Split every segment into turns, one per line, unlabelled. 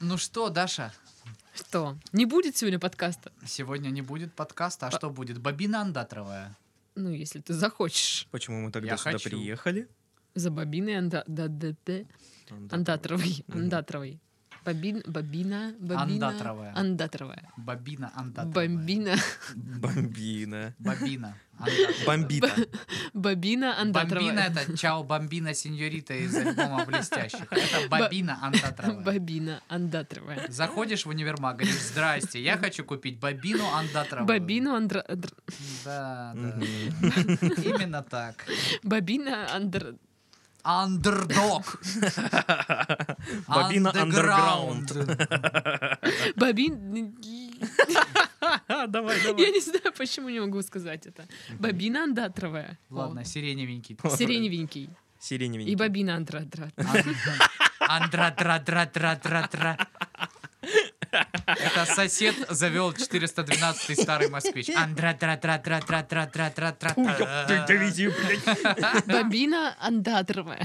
Ну что, Даша,
Что? Не будет сегодня подкаста?
сегодня не будет подкаста, а что будет? Бобина андатровая.
Ну, если ты захочешь.
Почему мы тогда
Я
сюда
хочу.
приехали?
За бобиной анда... да, да, да. андатровой.
Мгм.
Андатровой. Бобин... Бобина... Бобина...
Андатровая.
Андатровая.
Бобина андатровая.
Бомбина...
Бомбина.
Бобина. андатровая.
Бомбита.
Бомбина
Бобина андатровая.
это чао бомбина сеньорита из альбома блестящих. Это бобина андатровая.
Бобина андатровая.
Заходишь в универмаг, говоришь, здрасте, я хочу купить бобину андатровую.
Бобину андра... андр-
Да, да.
Мгм.
Именно так.
Бобина андр...
Андердог.
Бобина
Андеграунд.
Бобин...
Давай, давай.
Я не знаю, почему не могу сказать это. Бобина андатровая.
Ладно, сиреневенький.
О. Сиреневенький.
Сиреневенький.
И бобина андратра.
Андра-дра-дра-дра-дра-дра. Это сосед завел 412-й старый москвич.
Ой, ёп, ты-
Андра-дра-дра-дра-дра-дра-дра-дра.
довези, блядь.
Бобина андатровая.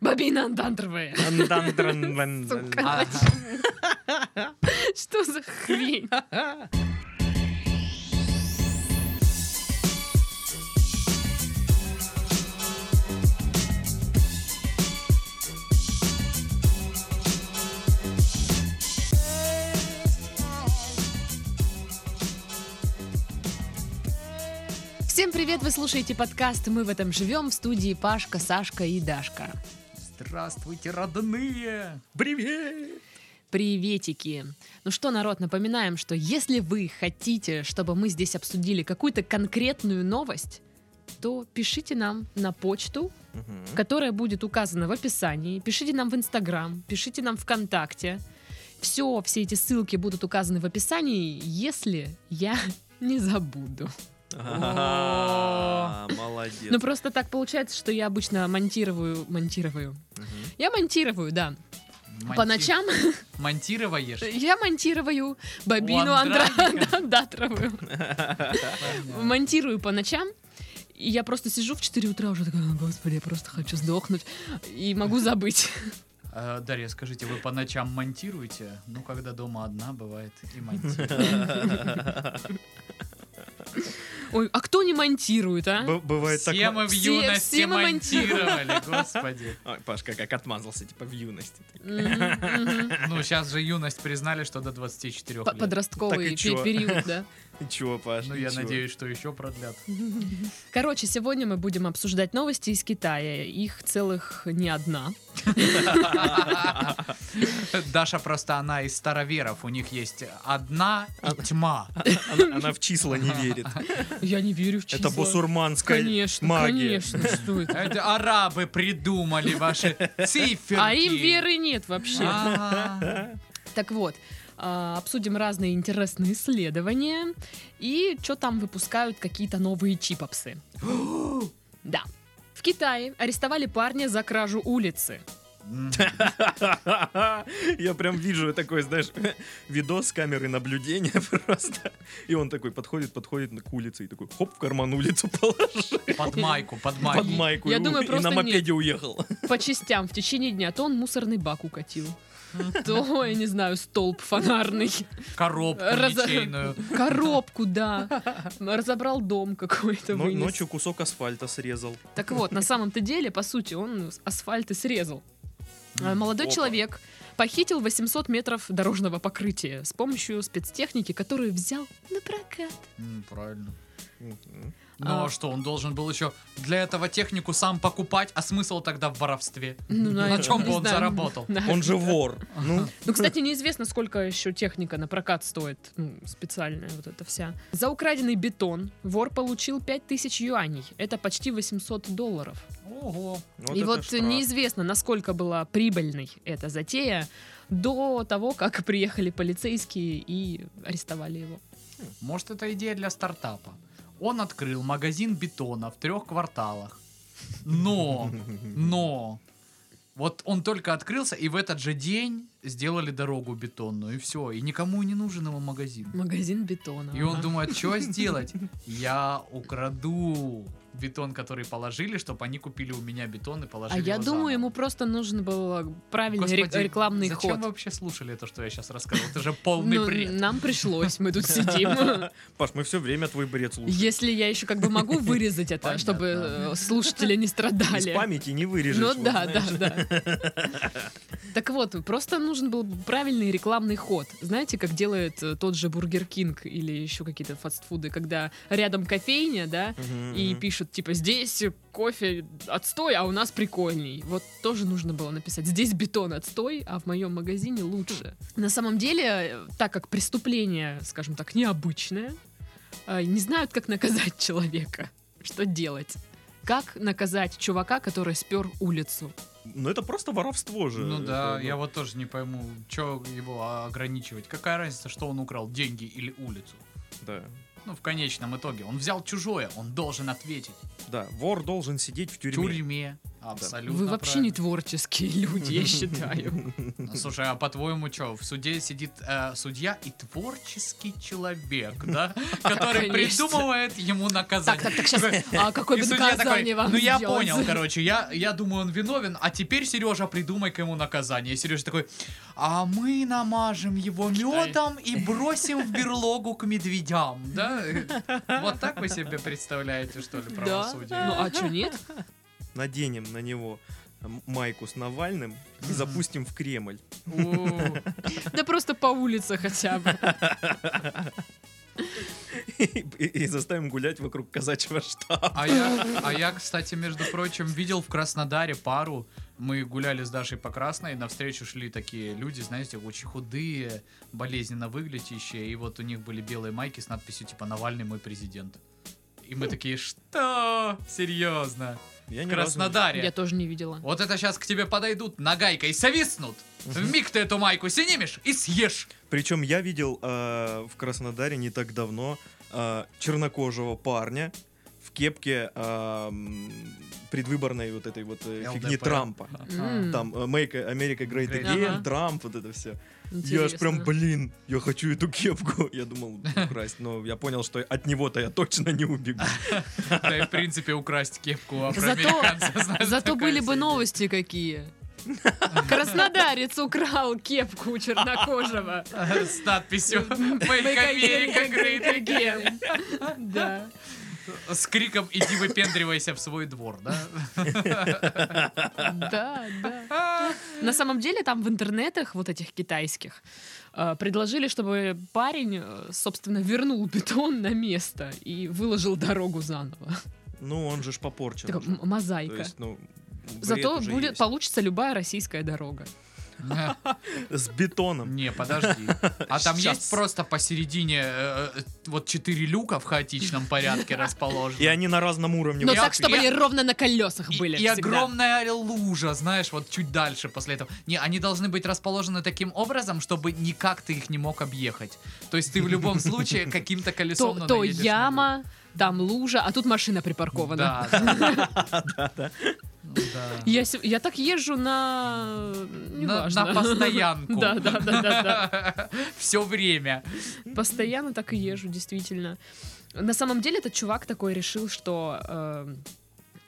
Бобина андатровая.
Андандран-ван-ван.
Сука.
А,
Что за хрень? Всем привет! Вы слушаете подкаст «Мы в этом живем» в студии Пашка, Сашка и Дашка.
Здравствуйте, родные!
Привет.
Приветики! Ну что, народ, напоминаем, что если вы хотите, чтобы мы здесь обсудили какую-то конкретную новость, то пишите нам на почту,
Мгм.
которая будет указана в описании, пишите нам в Инстаграм, пишите нам ВКонтакте. Все, все эти ссылки будут указаны в описании, если я не забуду.
А, Молодец.
Ну просто так получается, что я обычно монтирую, монтирую.
Мгм.
Я монтирую, да. По
Монти-
ночам
Монтироваешь?
я монтирую бобину
У
Андра...
Андрадика.
Андатровую.
Понятно.
монтирую по ночам, и я просто сижу в 4 утра уже такая, «О, господи, я просто хочу сдохнуть, и могу забыть.
А, Дарья, скажите, вы по ночам монтируете? Ну, когда дома одна, бывает и монтирую.
Ой, а кто не монтирует, а?
Б- Бывает так.
Все мы в
Все-
юности
все мы
монтировали, господи.
Ой, Пашка как отмазался, типа в юности.
Мгм, мгм.
Ну, сейчас же юность признали, что до 24
П-
лет.
Подростковый
Так и чё?
пе- период, да.
И чего, Паш?
Ну,
и
я
чё?
надеюсь, что еще продлят.
Короче, сегодня мы будем обсуждать новости из Китая. Их целых не одна.
Даша просто она из староверов. У них есть одна и тьма.
Она она в числа не верит.
Я не верю в числа.
Это бусурманская
Конечно,
магия.
конечно, что это?
Это арабы придумали ваши циферки.
А им веры нет вообще.
Ага.
Так вот, а, обсудим разные интересные исследования и что там выпускают какие-то новые чипопсы. Да. В Китае арестовали парня за кражу улицы.
М.
Я прям вижу такой, знаешь, видос с камеры наблюдения просто. И он такой подходит, подходит к улице и такой, хоп, в карман улицу положил.
Под майку, под майку.
Под майку.
Я
и у-
думаю,
и
просто
на
нет.
мопеде уехал.
По частям в течение дня то он мусорный бак укатил, то, я не знаю, столб фонарный,
Коробку
Раз-
ничейную.
коробку, да, разобрал дом какой-то,
Но-
вынес.
Ночью кусок асфальта срезал.
Так вот, на самом-то деле, по сути, он с- асфальт и срезал. А, Молодой
Опа.
человек похитил 800 метров дорожного покрытия с помощью спецтехники, которую взял на прокат.
М, Правильно.
Мгм.
Ну
А.
а что, он должен был еще для этого технику сам покупать, а смысл тогда в воровстве?
Ну, на
На
это,
чем
не
бы он
знаю.
заработал?
На-
Он же вор. Ну,
Ну, кстати, неизвестно, сколько еще техника на прокат стоит, ну, специальная вот эта вся. За украденный бетон вор получил 5000 юаней, это почти 800 долларов.
Ого.
И
это
вот
штраф.
неизвестно, насколько была прибыльной эта затея до того, как приехали полицейские и арестовали его.
Может, это идея для стартапа. Он открыл магазин бетона в трех кварталах. Но,
Ну.
но, вот он только открылся, и в этот же день сделали дорогу бетонную, и все. И никому и не нужен его магазин.
Магазин бетона.
И он
ага.
думает, что сделать? Я украду бетон, который положили, чтобы они купили у меня бетон и положили
А я
его
думаю,
заново.
ему просто нужен был а, правильный
Господи,
рек- рекламный
Зачем
ход.
вы вообще слушали то, что я сейчас рассказал? Это же полный
Ну,
бред.
нам пришлось, мы тут сидим.
Паш, мы все время твой бред слушаем.
Если я еще как бы могу вырезать это,
Понятно.
чтобы э, слушатели не
Из
страдали.
памяти не вырежешь.
Ну
вот,
да,
знаешь.
да, да. Так вот, просто нужен был правильный рекламный ход. Знаете, как делает э, тот же Бургер Кинг или еще какие-то фастфуды, когда рядом кофейня, да,
Мгм,
и
мгм.
пишут, типа, здесь кофе отстой, а у нас прикольней. Вот тоже нужно было написать, здесь бетон отстой, а в моем магазине лучше. На самом деле, э, так как преступление, скажем так, необычное, э, не знают, как наказать человека. Что делать? Как наказать чувака, который спер улицу?
Ну это просто воровство же.
Ну да,
Это,
я вот тоже не пойму, что его ограничивать. Какая разница, что он украл, деньги или улицу?
Да.
Ну, в конечном итоге, он взял чужое, он должен ответить.
Да, вор должен сидеть в
В
тюрьме.
тюрьме. Абсолютно
Вы вообще не творческие люди, я считаю.
правильно. Слушай, а по-твоему, что, в суде сидит э, судья и творческий человек, да? Который
Конечно.
придумывает ему
Так,
наказание.
так, так, сейчас. А какой
И
бы
судья такой,
наказание вам
ну я
сделать?»
понял, короче, я, я думаю, он виновен, а теперь, Сережа, придумай-ка ему наказание. И Сережа такой, а мы намажем его медом и бросим в берлогу к медведям, да? Вот так вы себе представляете, что ли,
Да?
правосудие?
Ну а что, нет?
Наденем на него м- майку с Навальным и
Мгм.
запустим в Кремль.
О,
Да просто по улице хотя бы.
И, и- и заставим гулять вокруг казачьего штаба.
А я, а я, кстати, между прочим, видел в Краснодаре пару. Мы гуляли с Дашей по Красной, навстречу шли такие люди, знаете, очень худые, болезненно выглядящие, и вот у них были белые майки с надписью типа «Навальный мой президент». И мы такие, что? Серьезно?
Я
В
ни разу не-
Я
Краснодаре.
тоже не видела.
Вот это сейчас к тебе подойдут нагайкой свистнут. В миг ты эту майку снимешь и съешь.
Причем я видел э, в Краснодаре не так давно э, чернокожего парня в кепке э, м, предвыборной вот этой вот э, фигни
LDP.
Трампа.
М.
Там э, Make America Great
Great.
Again,
Ага.
Трамп, вот это все. Я аж
Интересно.
прям, блин, я хочу эту кепку. Я думал украсть, но я понял, что от него-то я точно не убегу.
Да и, в принципе, украсть кепку афроамериканца.
Зато,
знаешь,
зато
такая
были бы
себе.
новости какие. Краснодарец украл кепку у чернокожего.
С надписью
Make
«Make America
America
Great
great again. Да.
С криком «Иди выпендривайся в свой двор», да?
Да, да. На самом деле там в интернетах вот этих китайских э, предложили, чтобы парень, э, собственно, вернул бетон на место и выложил дорогу заново.
Ну, он же ж попорчен.
Такая
уже.
м-
То
мозаика.
есть, ну, бред
Зато
уже
будет,
есть.
получится любая российская дорога.
С бетоном.
Не, подожди. А там
Щас.
есть просто посередине э, э, вот четыре люка в хаотичном порядке расположены.
И они на разном уровне.
Но
я-
так, чтобы
я-
они ровно на колесах
И-
были.
И,
всегда.
огромная лужа, знаешь, вот чуть дальше после этого. Не, они должны быть расположены таким образом, чтобы никак ты их не мог объехать. То есть ты в любом случае каким-то
То,
колесом ну,
то
наедешь на
яма, там лужа, а тут машина
люк.
припаркована.
Да, да. Ну Да.
Я, се- я так езжу на...
На,
неважно.
на постоянку.
Да, да, да, да, да.
Все время.
Постоянно так и езжу, действительно. На самом деле этот чувак такой решил, что э,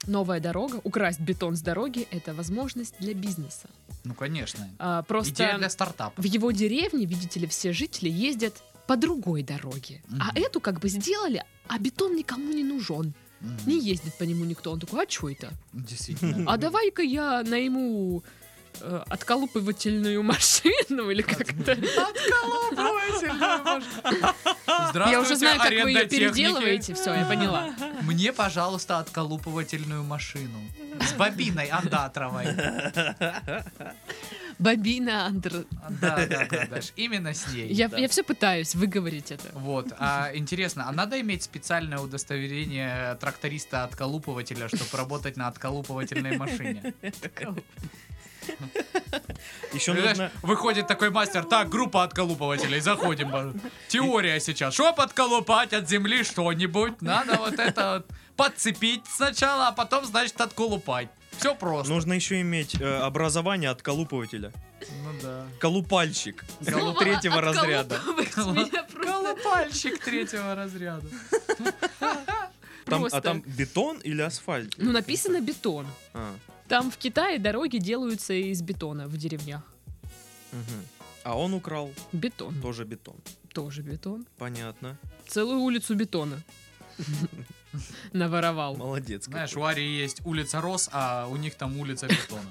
новая дорога, украсть бетон с дороги, это возможность для бизнеса.
Ну, конечно.
А,
Идея для
просто
стартапа.
в его деревне, видите ли, все жители ездят по другой дороге. А
Мгм.
эту как бы сделали, а бетон никому не нужен.
Мгм.
Не ездит по нему никто. Он такой, а что это?
Действительно.
А давай-ка я найму э, отколупывательную машину или как-то.
Здравствуйте,
А, Я уже знаю, как вы ее
аренда техники.
переделываете. Все, я поняла.
Мне, пожалуйста, отколупывательную машину. С бобиной андатровой.
Бобина Андр.
Да, да, да, Даш, именно с ней.
Я,
Да.
я все пытаюсь выговорить это.
Вот, а интересно, а надо иметь специальное удостоверение тракториста-отколупывателя, чтобы работать на отколупывательной машине?
Еще
Знаешь,
нужно...
выходит такой мастер, так, группа отколупывателей, заходим. пожалуйста». Теория сейчас. Чтоб отколупать от земли что-нибудь, надо вот это вот подцепить сначала, а потом, значит, отколупать. Все просто.
Нужно еще иметь э, образование от колупывателя.
Ну да.
Колупальщик
Слово
третьего типа разряда.
Отколупывать меня просто.
Колупальщик третьего разряда.
Там,
Просто.
а там бетон или асфальт?
Ну, написано бетон.
А,
Там в Китае дороги делаются из бетона в деревнях.
мгм. а он украл
Бетон.
тоже бетон.
Тоже бетон.
Понятно.
Целую улицу бетона. Наворовал.
Молодец.
Знаешь,
какой.
у Арии есть улица Рос, а у них там улица Бетона.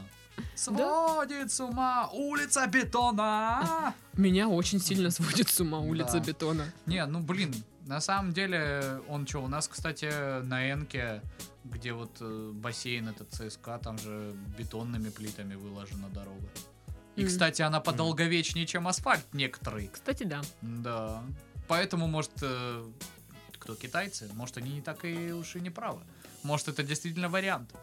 Сводит с ума улица Бетона!
Меня очень сильно сводит с ума улица
Да.
бетона.
Не, ну блин, на самом деле, он что, у нас, кстати, на Энке, где вот э, бассейн этот ЦСКА, там же бетонными плитами выложена дорога. И,
М.
кстати, она
М.
подолговечнее, чем асфальт некоторые.
Кстати, да.
Да. Поэтому, может, э, кто китайцы, может, они не так и уж и не правы. Может, это действительно вариант.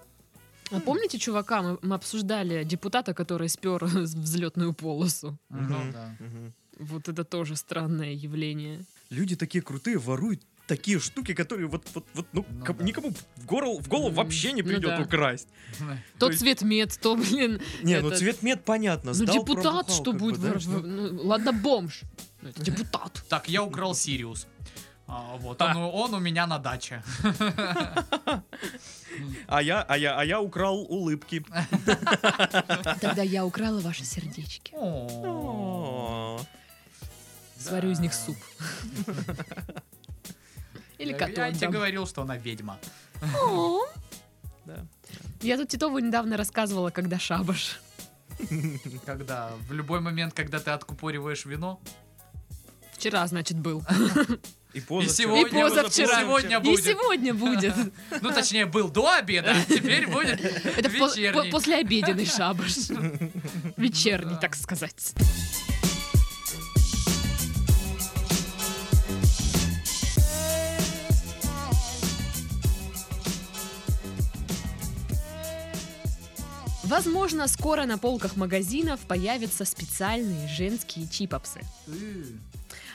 А помните, чувака, мы, мы обсуждали депутата, который спер взлетную полосу?
Мгм.
Ну да.
Мгм.
Вот это тоже странное явление.
Люди такие крутые, воруют такие штуки, которые вот, вот, вот ну,
Ну
ко-
да.
никому в, горл- в голову
М,
вообще не
ну
придет
да.
украсть.
То,
То есть-
цвет мед, то, блин,
Не, ну
Этот-
цвет мед понятно.
ну
сдал,
депутат,
пробухал,
что
как бы,
будет.
знаешь,
вор-
ну,
ну, ладно, бомж. Ну, это депутат.
Так, я украл Сириус. А, вот, он, у- он у меня на даче.
А я, а я, а я украл улыбки.
Тогда я украла ваши сердечки.
О.
О,
Сварю из них
Да.
суп. Или
Я-
коту
Я тебе
отдам.
говорил, что она ведьма.
О.
Да.
Я тут Титову недавно рассказывала, когда шабаш.
Когда в любой момент, когда ты откупориваешь вино,
Вчера, значит, был.
И позавчера.
И сегодня,
И позавчера.
Сегодня
И
будет.
сегодня будет.
ну точнее был до обеда, а теперь будет
Это по-
вечерний.
по- послеобеденный шабаш. Вечерний,
Да.
так сказать. Возможно, скоро на полках магазинов появятся специальные женские чипопсы.
Э,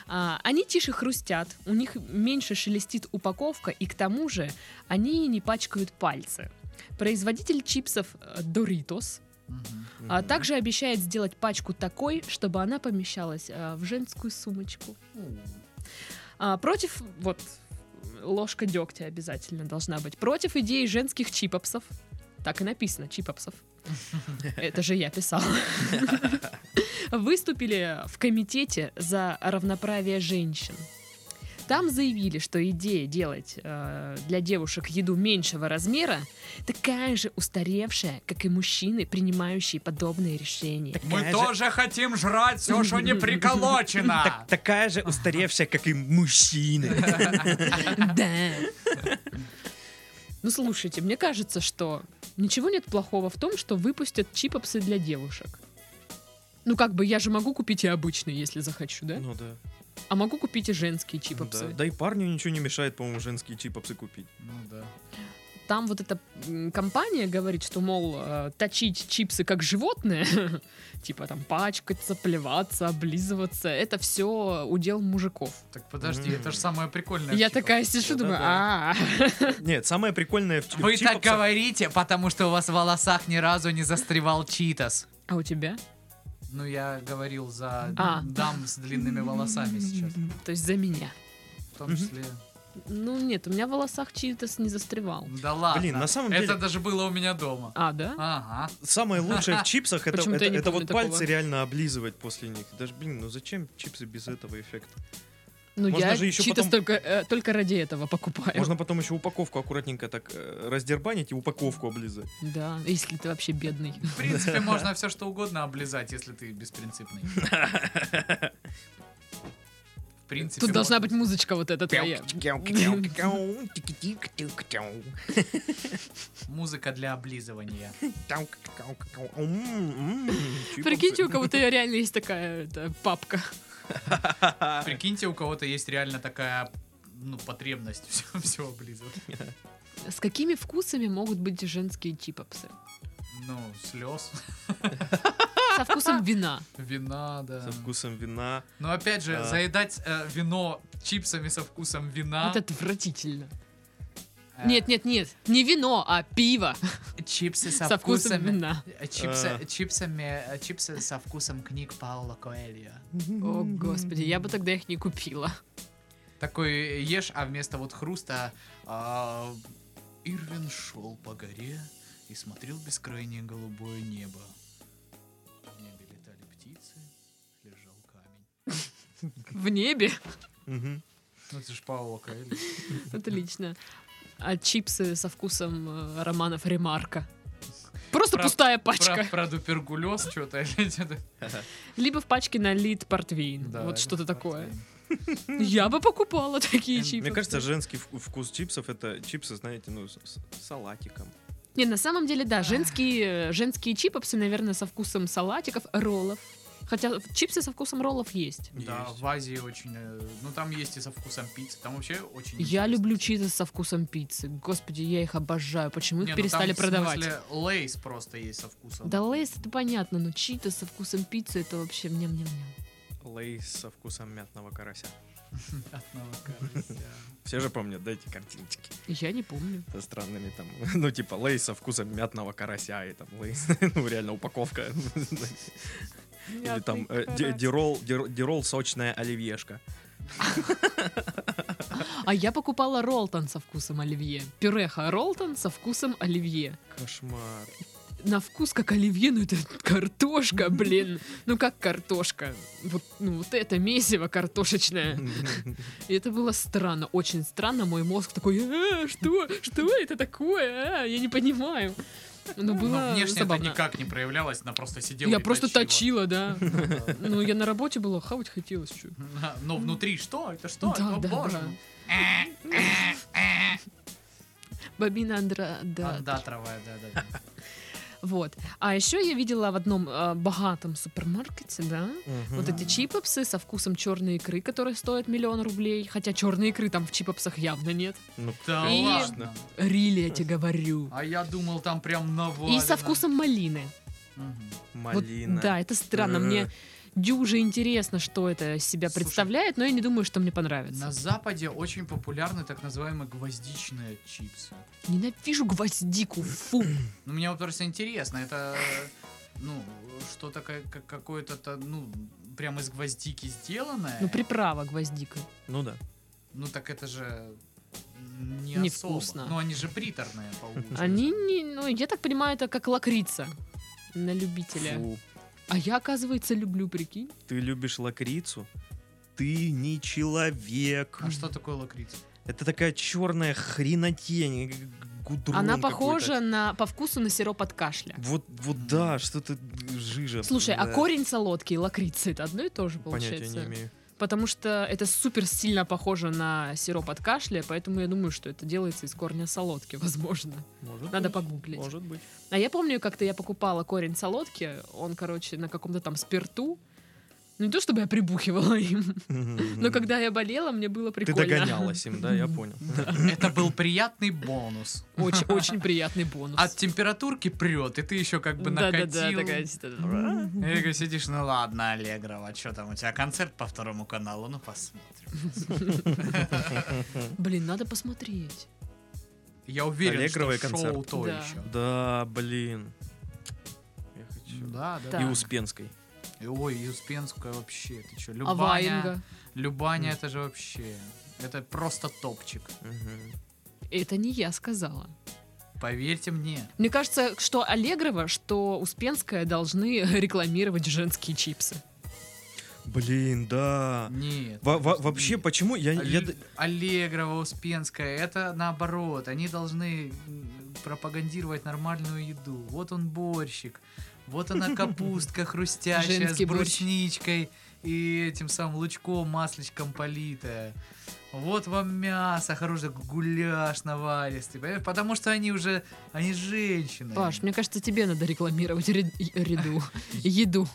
А, Они тише хрустят, у них меньше шелестит упаковка, и к тому же они не пачкают пальцы. Производитель чипсов э, Doritos
мгм.
а,
Мгм.
также обещает сделать пачку такой, чтобы она помещалась э, в женскую сумочку. А, против, вот, ложка дегтя обязательно должна быть. Против идеи женских чипопсов. Так и написано, чипопсов. Это же я писала. Выступили в комитете за равноправие женщин. Там заявили, что идея делать э, для девушек еду меньшего размера такая же устаревшая, как и мужчины, принимающие подобные решения.
Мы
Такая же-
тоже хотим жрать все, что не приколочено.
Так- такая же устаревшая, как и мужчины.
Да. Ну слушайте, мне кажется, что ничего нет плохого в том, что выпустят чипопсы для девушек. Ну как бы я же могу купить и обычные, если захочу, да?
Ну да.
А могу купить и женские
Да,
чипопсы.
да и парню ничего не мешает, по-моему, женские чипопсы купить.
Ну да.
Там вот эта м, компания говорит, что, мол, э, точить чипсы как животное, типа там пачкаться, плеваться, облизываться, это все удел мужиков.
Так подожди, это же самое прикольное. в
Я
чипах.
такая сижу, думаю, а
Да-да-да. Нет, самое прикольное в, в
Вы так
чипопсах-
говорите, потому что у вас в волосах ни разу не застревал читас.
а у тебя?
Ну, я говорил за
А.
дам с длинными волосами сейчас.
То есть за меня.
В том
Мгм.
числе.
Ну нет, у меня в волосах чьи-то не застревал.
Да ладно.
Блин, на самом
Это
деле,
даже было у меня дома.
А, да?
Ага.
самое лучшее в чипсах это,
Почему-то я
это-
не
это
помню
вот пальцы
такого.
реально облизывать после них. Даже, блин, ну зачем чипсы без этого эффекта?
Ну
Можно
я
же еще
читас
потом-
только, э, только ради этого покупаю.
Можно потом еще упаковку аккуратненько так э, раздербанить и упаковку облизать.
Да, если ты вообще бедный.
В принципе, можно все что угодно облизать, если ты беспринципный. В принципе.
Тут должна
можно.
быть музычка вот эта твоя.
музыка для облизывания.
Прикиньте, у кого-то реально есть такая это, папка.
Прикиньте, у кого-то есть реально такая ну, потребность все, все облизывать.
С какими вкусами могут быть женские чипопсы?
Ну, слез,
Со вкусом вина.
вина, да.
Со А. вкусом вина.
Но опять же,
Да.
заедать э, вино чипсами со вкусом вина.
Это отвратительно.
э,
Нет, нет, нет. Не вино, а пиво.
Чипсы со,
Со, вкусом вина.
э, Чипсы,
А.
чипсами, э, чипсы со вкусом книг Паула Коэльо.
О, господи, я бы тогда их не купила.
Такой ешь, а вместо вот хруста а, Ирвин шел по горе и смотрел бескрайнее голубое небо. В небе летали птицы, лежал камень.
В небе.
Мгм.
Ну это же Паоло Коэльо.
Отлично. А чипсы со вкусом э, романов Ремарка. Просто
Про-
пустая пачка.
Про, про туберкулез что-то или что-то.
Либо в пачке налит портвейн.
Да,
вот
это
что-то такое.
портвейн.
Я бы покупала такие
Эм,
чипсы.
Мне кажется, женский вку- вкус чипсов это чипсы, знаете, ну, с, с салатиком.
Не, на самом деле, да, женские, э, женские чипсы, наверное, со вкусом салатиков, роллов. Хотя чипсы со вкусом роллов есть.
Да,
Есть.
в Азии очень... э, Ну, там есть и со вкусом пиццы. Там вообще очень...
Я
интересно.
люблю чипсы со вкусом пиццы. Господи, я их обожаю. Почему их
Не, ну,
перестали
там, в
продавать?
смысле, лейс просто есть со вкусом.
Да лейс это понятно, но чита со вкусом пиццы это вообще ням-ням-ням.
Лейс со вкусом мятного карася.
Мятного карася.
Все же помнят, да, эти картиночки
Я не помню.
со странными там, ну, типа, лейс со вкусом мятного карася, и там лейс, ну, реально, упаковка. Или там э, ди- дирол, дир- дирол сочная оливьешка.
А я покупала ролтон со вкусом оливье. Пюреха ролтон со вкусом оливье.
Кошмар.
На вкус как оливье, ну это картошка, блин. Ну как картошка? Вот, ну, вот это месиво картошечное. И это было странно, очень странно. Мой мозг такой, «А, что? Что это такое? А, я не понимаю. Ну было
Но внешне
забавно.
это никак не проявлялось, она просто сидела
я
и
просто точила, да.
Да.
Ну, я на работе была, хавать хотелось. чё.
На- Но внутри что? Это что?
Да,
О,
да,
ну, боже.
да. Бабина Андра... да.
Андатровая, да, да. да.
Вот. А еще я видела в одном э, богатом супермаркете, да, вот эти чипопсы со вкусом черной икры, которые стоят миллион рублей. Хотя черной икры там в чипопсах явно нет.
Ну,
Да
И-
ладно.
Рили, я тебе говорю.
А я думал, там прям навалено.
И со вкусом малины.
Мгм.
Вот,
малина.
да, это странно. Мне
Э.
дюже интересно, что это из себя
Слушай,
представляет, но я не думаю, что мне понравится.
На Западе очень популярны так называемые гвоздичные чипсы.
Ненавижу гвоздику, фу.
Ну, мне вот просто интересно, это, ну, что-то ка- ка- какое-то, то, ну, прям из гвоздики сделанное.
Ну, приправа гвоздика.
Ну да.
Ну, так это же не
Невкусно.
особо. Ну, они же приторные получаются.
Они не... Ну, я так понимаю, это как лакрица на любителя.
Фу.
А я, оказывается, люблю, прикинь.
Ты любишь лакрицу? Ты не человек.
А что такое лакрица?
Это такая черная хренотень. г- г- гудрон
Она
какой-то.
похожа на, по вкусу на сироп от кашля.
Вот, вот да, что-то жижа.
Слушай, а
Да.
корень солодки и лакрица это одно и то же
Понятия
получается?
не имею.
Потому что это супер сильно похоже на сироп от кашля, поэтому я думаю, что это делается из корня солодки, возможно.
Может
Надо
быть.
погуглить.
Может быть.
А я помню, как-то я покупала корень солодки, он, короче, на каком-то там спирту. Ну, не то чтобы я прибухивала им, но Ну, когда я болела, мне было
Ты
прикольно.
догонялась им, да, я понял.
Это был приятный бонус.
Очень, очень приятный бонус.
От температурки прет, и ты еще А как бы
Да-да-да,
накатил.
такая ситуация.
И ты такой сидишь, ну ладно, Аллегрова, что там, у тебя концерт по второму каналу, ну посмотрим.
Блин, надо посмотреть.
Я уверен,
Аллегровый
что шоу
концерт.
то
Да.
еще.
Да, блин. Я хочу.
Да, да.
Так.
И Успенской.
И- Ой, и Успенская вообще, ты что,
А
Любаня,
Ваенга?
Любаня
Мгм.
это же вообще, это просто топчик,
Мгм.
Это не я сказала.
поверьте мне.
Мне кажется, что Аллегрова, что Успенская должны рекламировать женские чипсы.
Блин, да.
Нет.
Во- во-
нет.
Вообще, почему я... я
Аль-
д-
Аллегрова, Успенская, это наоборот. Они должны м, пропагандировать нормальную еду. Вот он борщик, вот она капустка хрустящая с
Женский борщ.
брусничкой и этим самым лучком, масличком политая. Вот вам мясо, хороший гуляш наваристый, понимаешь? Потому что они уже, они женщины.
Паш, мне кажется, тебе надо рекламировать ред- и- ряду. Еду.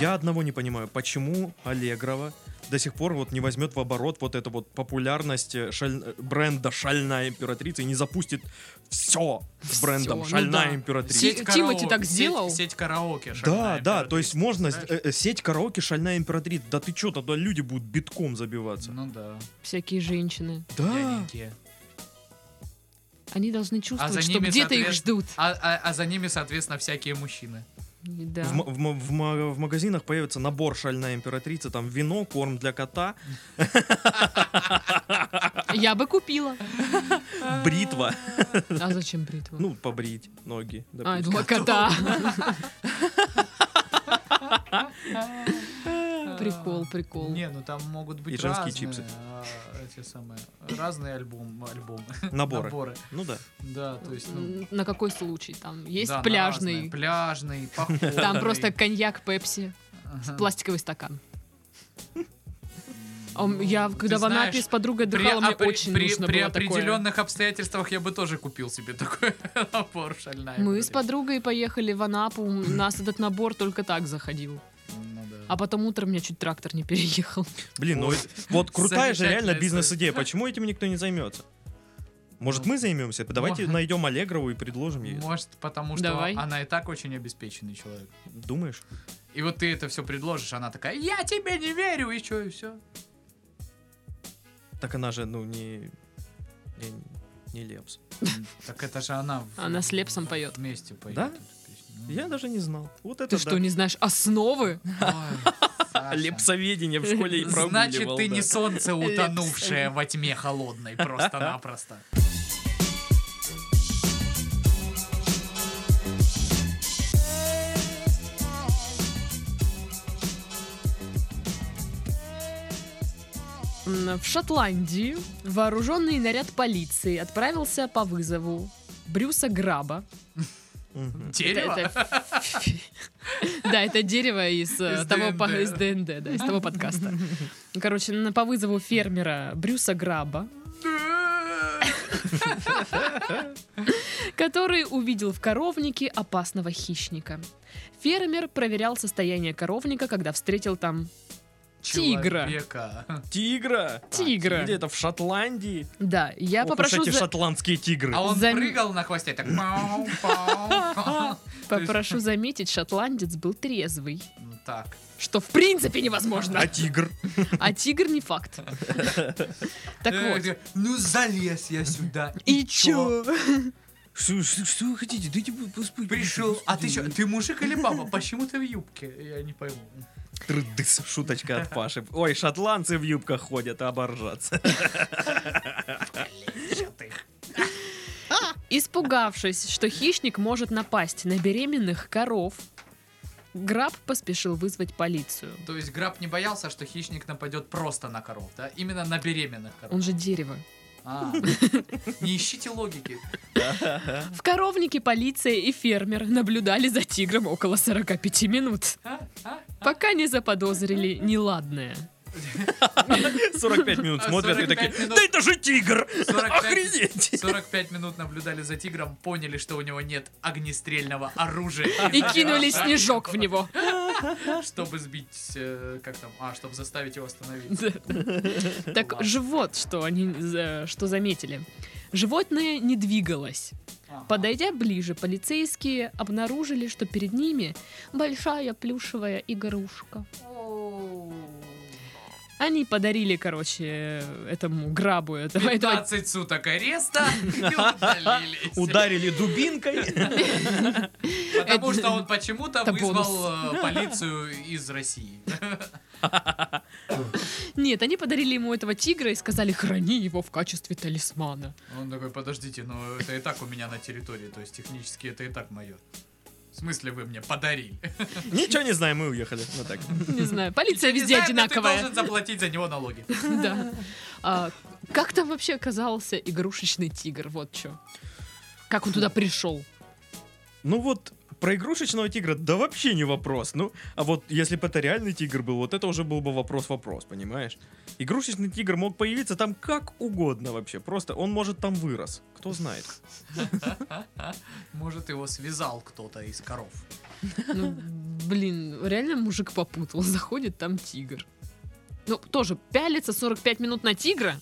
Я одного не понимаю, почему Аллегрова до сих пор вот не возьмет в оборот вот эту вот популярность э, шаль- бренда «Шальная императрица» и не запустит все с
Всё,
брендом
ну
«Шальная
да.
императрица».
Ти- Тимати так
сеть-
сделал?
Сеть, караоке.
Да,
«Шальная
да, то есть
императрица»,
можно с-
знаешь?
э, э, сеть караоке «Шальная императрица». Да ты чё, тогда люди будут битком забиваться.
Ну да,
Всякие женщины.
Да.
пьяненькие.
Они должны чувствовать,
за
что
А ними,
где-то их
соответственно,
ждут.
А, а- а за ними, соответственно, всякие мужчины.
Да.
В, ма- в ма- в ма- в магазинах появится набор «Шальная императрица», там вино, корм для кота,
Я бы купила.
бритва.
А зачем бритва?
Ну, побрить ноги.
а,
допустим.
для кота.
Ну,
Прикол, прикол.
Не, ну там могут быть
И женские
разные,
чипсы.
а, эти самые разные альбом, альбомы,
Наборы.
наборы.
Ну да.
Да, то есть ну,
М, На какой случай там? Есть
да, на разные. пляжный,
пляжный,
походный.
там просто коньяк, пепси,
Ага.
пластиковый стакан. А м,
Ну,
Я,
ты
когда в Анапе
знаешь,
с подругой
при,
отдыхала, мне
опре-
очень
при-
нужно
при
было такое.
определенных обстоятельствах я бы тоже купил себе такой набор шальная.
Мы
Блин.
с подругой поехали в Анапу, у нас этот набор только так заходил.
Ну да.
А потом утром меня чуть трактор не переехал.
Блин, ну
Ой.
это- вот крутая же реально
Замечательная
бизнес-идея. Почему этим никто не займется? Может, мы займемся? Давайте
Может.
найдем Аллегрову и предложим ей.
Может, потому что
Давай.
она и так очень обеспеченный человек.
Думаешь?
И вот ты это все предложишь, она такая, я тебе не верю, и что, и все.
Так она же, ну, не... Не, не Лепс.
Так это же она... в-
Она с Лепсом поёт.
Вместе поет.
Да?
эту песню. Ну.
Я даже не знал. Вот это
Ты
да.
что, не знаешь основы?
Ой, Саша.
Лепсоведение в школе и
Значит,
прогуливал,
ты
да.
не солнце утонувшее во тьме холодной просто-напросто.
М, В Шотландии вооруженный наряд полиции отправился по вызову Брюса Граба.
Мгм.
Дерево?
Это- это фи- Да, это дерево из э,
Из
того по-
ДНД.
из ДНД, да, из того подкаста. Короче, на- по вызову фермера Брюса Граба, который увидел в коровнике опасного хищника. Фермер проверял состояние коровника, когда встретил там Тигра.
Человека.
Тигра!
тигра.
Где это, в Шотландии?
Да, я
Ох уж
попрошу
эти
за-
шотландские тигры.
А он
Зам-
прыгал на хвосте так. пау, пау, пау.
попрошу заметить, шотландец был трезвый,
Ну, Так.
что в принципе невозможно.
А тигр?
А тигр не факт. Так
Э,
вот.
Ну залез я сюда.
И
чё?
чё?
Что, что- что вы хотите? Дайте бы поспать.
Пришел. А ты что? Ты мужик или баба? Почему ты в юбке? Я не пойму.
Трдыс, шуточка от Паши. Ой, шотландцы в юбках ходят, оборжаться.
Чёт их.
Испугавшись, что хищник может напасть на беременных коров, Граб поспешил вызвать полицию.
То есть Граб не боялся, что хищник нападет просто на коров, да? Именно на беременных коров.
Он же дерево.
А. Не ищите логики.
В коровнике полиция и фермер наблюдали за тигром около 45 минут,
А, а, а.
пока не заподозрили неладное.
45 минут
А,
смотрят и
45
такие,
минут.
да это же тигр!
45
Охренеть!
45 минут наблюдали за тигром, поняли, что у него нет огнестрельного оружия.
И кинули снежок в него.
Чтобы сбить, э, как там, а, чтобы заставить его остановиться.
Да. Так
Ладно.
же вот, что они э, что заметили. Животное не двигалось.
Ага.
Подойдя ближе, полицейские обнаружили, что перед ними большая плюшевая игрушка. Они подарили, короче, этому грабу этого, этого
15 суток ареста и удалились.
Ударили дубинкой.
Потому
Это-
что он почему-то
это
вызвал э, полицию из России.
Нет, они подарили ему этого тигра и сказали, храни его в качестве талисмана.
Он такой, подождите, но это и так у меня на территории, то есть технически это и так мое. В смысле вы мне подарили?
Ничего не знаем, мы уехали. Вот так.
Не знаю, полиция
Не
везде
знаю, но Ты
одинаковая.
должен заплатить за него налоги.
Да. А, Как там вообще оказался игрушечный тигр? Вот что. Как он туда пришел?
Ну вот, про игрушечного тигра, да вообще не вопрос. Ну, а вот если бы это реальный тигр был, вот это уже был бы вопрос-вопрос, понимаешь? Игрушечный тигр мог появиться там как угодно вообще. Просто он, может, там вырос. Кто знает.
Может, его связал кто-то из коров.
Ну, блин, реально мужик попутал. Заходит, там тигр. Ну, тоже пялится 45 минут на тигра,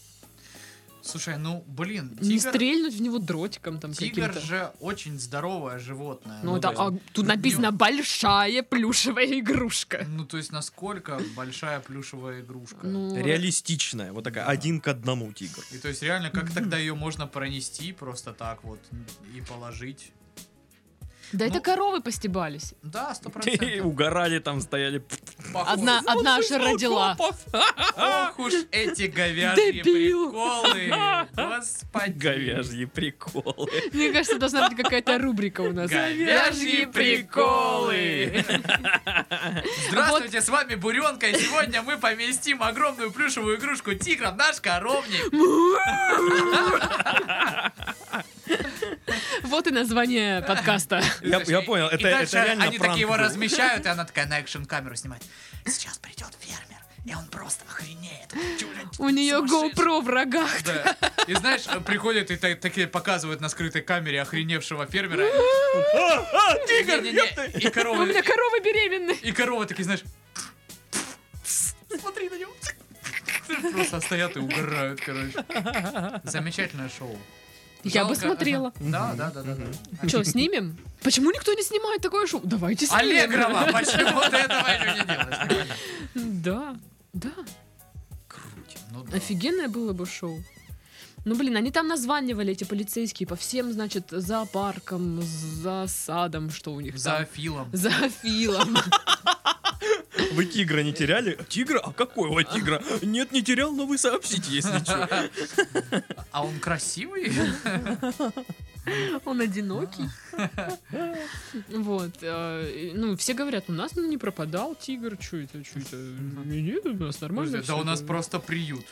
Слушай, ну, блин,
не
тигр,
стрельнуть в него дротиком там
тигр
каким-то.
же очень здоровое животное.
Ну,
Ну,
это,
да.
а, тут написано «большая плюшевая игрушка».
Ну, то есть, насколько большая плюшевая игрушка.
Ну,
Реалистичная. Вот такая, один к одному тигр.
И то есть, реально, как тогда ее можно пронести просто так вот и положить?
Да это
Ну.
коровы постебались.
Да, сто
И
процентов.
угорали там, стояли.
Похоже.
Одна, одна аж родила.
Копов.
Ох уж эти говяжьи
Дебил.
приколы. Господи.
Говяжьи приколы.
Мне кажется, должна быть какая-то рубрика у нас.
Говяжьи приколы. Здравствуйте, с вами Буренка, и сегодня мы поместим огромную плюшевую игрушку тигра в наш коровник.
Вот и название подкаста.
Я, я понял,
И
это, это
дальше
реально
они такие
пранк
его
был.
размещают, и она такая на экшн-камеру снимает. Сейчас придет фермер, и он просто охренеет.
У нее
Сумасшедший.
GoPro в рогах.
Да. И знаешь, приходят и та- такие показывают на скрытой камере охреневшего фермера.
А, а, тигр,
Не-не-не,
ёпта.
И
А У
коровы,
меня коровы беременны.
и коровы такие, знаешь, смотри на него. Просто стоят и угорают, короче. Замечательное шоу.
Я бы
Жалко-
смотрела.
Да, да, да, да. да.
Что, снимем? Почему никто не снимает такое шоу? Давайте снимем.
Аллегрова, почему ты этого не делаешь?
Да, да.
Ну да.
Офигенное было бы шоу. Ну, блин, они там названивали, эти полицейские, по всем, значит, зоопаркам, засадам, что у них
За
там.
Филом.
Зоофилам.
Вы тигра не теряли? Тигра? А какого тигра? Нет, не терял, но вы сообщите, если что.
А он красивый?
Он одинокий. Вот. э, Ну, все говорят, у нас не пропадал тигр, что это, что это. Нет, у нас нормально.
Да
всё
у нас
было.
просто приют.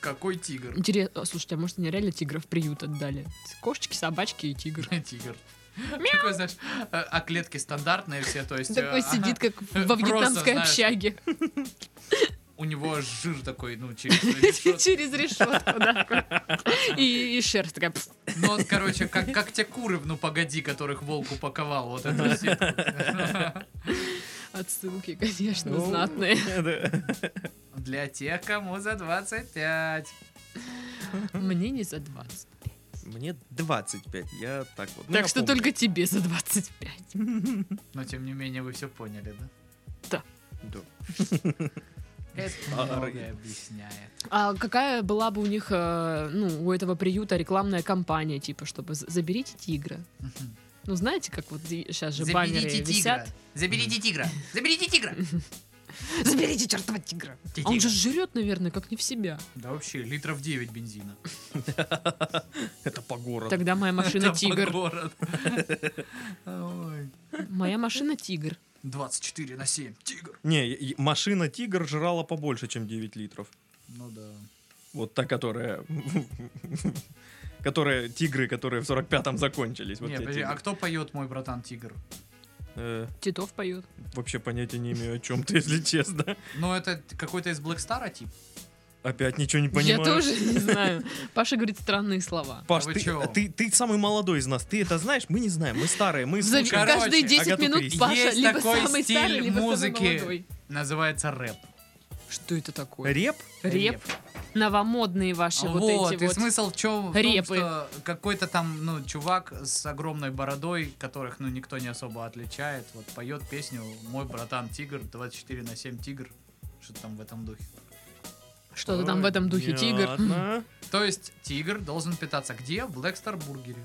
Какой тигр?
Интересно, а, слушайте, а может, они реально тигров в приют отдали? Кошечки, собачки и тигр.
Тигр. Такой, знаешь, э, а клетки стандартные все, то есть... э,
Такой
ага.
сидит, как
Просто,
во вьетнамской
знаешь,
общаге.
У него жир такой, ну, через решетку.
Через решетку, да. И и шерсть такая. пф.
Ну, он, короче, как, как те куры, в ну, погоди, которых волк упаковал, вот это все.
Отсылки, конечно,
Ну,
знатные.
да.
Для тех, кому за 25.
Мне не за 20.
Мне 25, я так вот. ну,
Так что
напомню.
только тебе за 25.
Но, тем не менее, вы все поняли, да?
Да.
Это
Старый.
многое объясняет.
А какая была бы у них, э, ну, у этого приюта рекламная кампания, типа, чтобы з- заберите тигра?
Мгм.
Ну, знаете, как вот сейчас же баннеры
Заберите тигра.
висят.
Заберите тигра. Заберите тигра.
Заберите чертова тигра.
Ти-
А он же
тигра.
жрет, наверное, как не в себя.
Да вообще, литров 9 бензина.
Это по городу.
Тогда моя машина
Там по
тигр.
городу. Ой.
Моя машина тигр.
24 на 7. Тигр.
Не, и- и машина тигр жрала побольше, чем 9 литров.
Ну да.
Вот та, которая... Которые тигры, которые в 45-м закончились. Вот
Не,
те
подожди,
тигры.
а кто поет мой братан тигр?
Э,
Титов поет.
Вообще понятия не имею, о чем ты, если честно.
Ну это какой-то из Блэк Стара тип?
Опять ничего не понимаю.
Я тоже не знаю. Паша говорит странные слова.
Паш,
Вы
ты,
чё?
ты, ты самый молодой из нас. Ты это знаешь? Мы не знаем. Мы старые, мы
Зави-
слушаем.
Ну, Короче,
Каждые 10
Агату
минут
Кристи.
Паша
Есть
либо
такой
самый старый,
стиль
либо
музыки.
самый молодой.
Называется рэп.
Что это такое?
Реп?
Реп. Новомодные ваши вот,
вот,
эти
и
вот.
смысл в чем?
репы.
что какой-то там, ну, чувак с огромной бородой, которых, ну, никто не особо отличает, вот поет песню «Мой братан Тигр, 24 на 7 Тигр». Что-то там в этом духе.
Что-то там в этом духе тигр.
Понятно.
То есть тигр должен питаться где? В Блэкстар Бургере.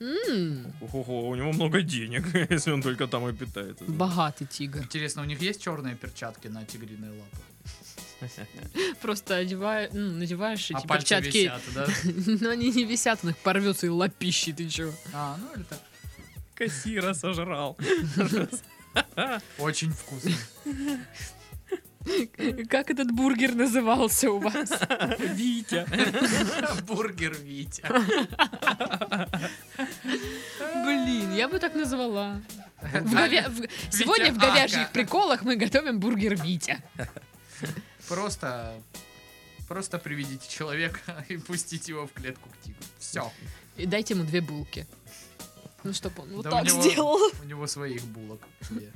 М,
Ого, у него много денег, если он только там и питается.
Богатый тигр.
Интересно, у них есть черные перчатки на тигриные лапы?
Просто одеваю, ну, надеваешь
а
эти
пальцы
перчатки,
висят, да?
но они не висят, он их порвется и лопищи, ты чё?
А, ну или так.
Кассира сожрал.
Очень вкусно.
Как этот бургер назывался у вас?
Витя.
Бургер Витя.
Блин, я бы так назвала. В
Да,
говя- в- Сегодня в
Витя
говяжьих
Ака.
приколах мы готовим бургер Витя.
Просто... Просто приведите человека и пустите его в клетку к тигру. Все.
И дайте ему две булки. Ну, чтобы он вот
Да у
так
него-
сделал.
У него своих булок. Тебе.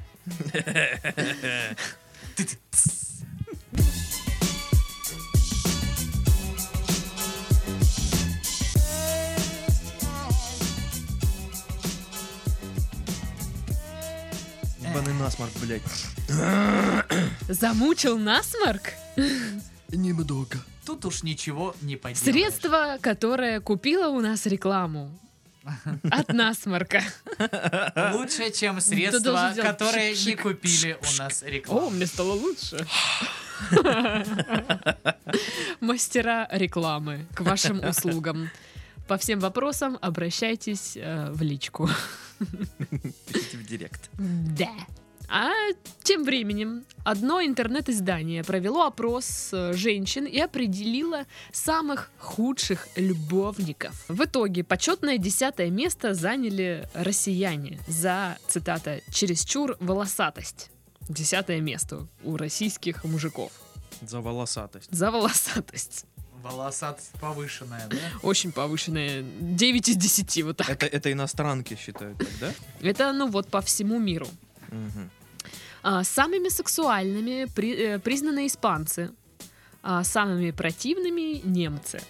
Ебаный насморк, блядь.
Замучил насморк?
Немного.
Тут уж ничего не поделаешь.
Средство, которое купило у нас рекламу. От насморка.
Лучше, чем
должен
средства,
делать
которые не
пшик-пшик,
купили у нас
О,
рекламу.
мне стало лучше. Мастера рекламы к вашим услугам. По всем вопросам обращайтесь э, в личку.
Пишите в директ.
Да. А тем временем одно интернет-издание провело опрос э, женщин и определило самых худших любовников. В итоге почетное десятое место заняли россияне за, цитата, «чересчур волосатость». Десятое место у российских мужиков
За волосатость.
за волосатость.
Волосатость повышенная, да?
Очень повышенная. 9 из 10 вот так.
Это, это иностранки считают так, да?
Это, ну вот, по всему миру.
Мгм.
А, самыми сексуальными при- э, признаны испанцы, а самыми противными — немцы.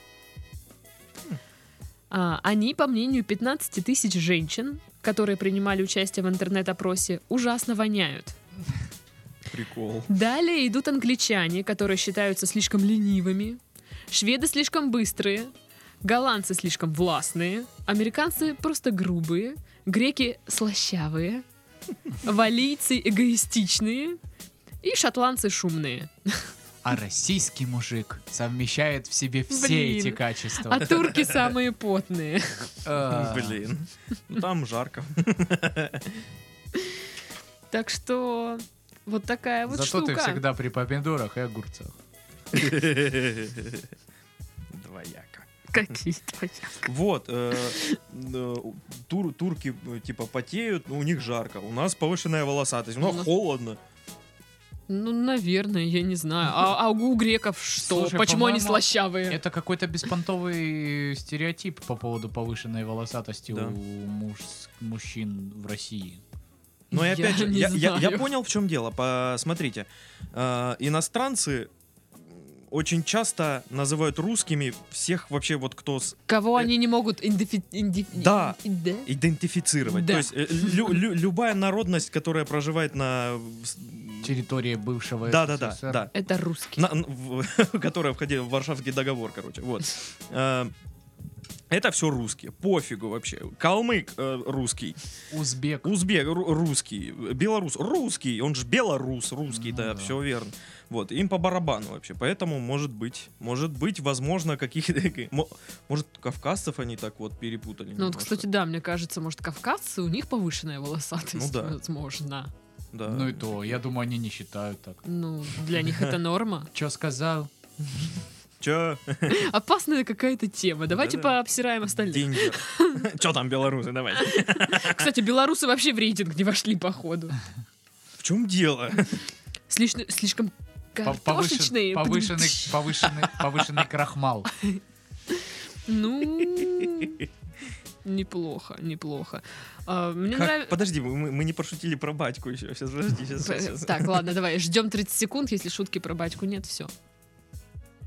А, они, по мнению 15 тысяч женщин, которые принимали участие в интернет-опросе, ужасно воняют.
Прикол.
Далее идут англичане, которые считаются слишком ленивыми, шведы слишком быстрые, голландцы слишком властные, американцы просто грубые, греки слащавые, валийцы эгоистичные и шотландцы шумные.
А российский мужик совмещает в себе все
Блин.
эти качества.
А турки самые потные.
Э,
Блин. Ну, Там жарко.
Так что вот такая вот
Зато ты
штука.
всегда при помидорах и огурцах.
Двояко.
Какие твои?
Вот. э, э, тур- Турки э, типа потеют, но у них жарко. У нас повышенная волосатость. У
У
нас
нас-
холодно.
Ну, наверное, я не знаю. А, а у греков что?
Слушай,
Почему
по-моему,
они
Э,
слащавые?
Это какой-то беспонтовый стереотип по поводу повышенной волосатости
Да.
у муж- мужчин в России.
Но и
Я
опять же,
не
я, я- я
знаю.
понял, в чем дело. Посмотрите, э, иностранцы очень часто называют русскими всех вообще вот кто с-
Кого
Э,
они не могут индифи- инди-
Да.
ин- да?
идентифицировать.
Да.
То есть э, лю- лю- любая народность, которая проживает на с-
Территории бывшего
да да да
СССР.
да,
Это русский.
На- н- в- которая входила в Варшавский договор, короче, вот. Э, Это все русские, пофигу вообще. Калмык э, русский,
Узбек.
Узбек ру- русский, белорус русский, он же белорус русский,
Ну
да,
да.
все верно. Вот, им по барабану вообще, поэтому может быть, может быть, возможно, каких-то, мо- может, кавказцев они так вот перепутали.
Ну вот,
немножко.
кстати, да, мне кажется, может, кавказцы, у них повышенная волосатость,
Ну да.
возможно.
да.
Ну и то, я думаю, они не считают так.
Ну, для них это норма.
Чё сказал?
Чё?
Опасная какая-то тема. Давайте
Да-да.
пообсираем остальных.
Деньги. Чё там белорусы, давай.
Кстати, белорусы вообще в рейтинг не вошли, походу.
В чем дело?
Слишком, слишком
По- повышен-
картошечные.
Повышенный, повышенный, повышенный крахмал.
Ну, неплохо, неплохо. А, Мне
Как-
нравится...
Подожди, мы, мы не пошутили про батьку еще. Сейчас, подожди, сейчас.
Так, ладно, давай, ждем 30 секунд, если шутки про батьку нет, все.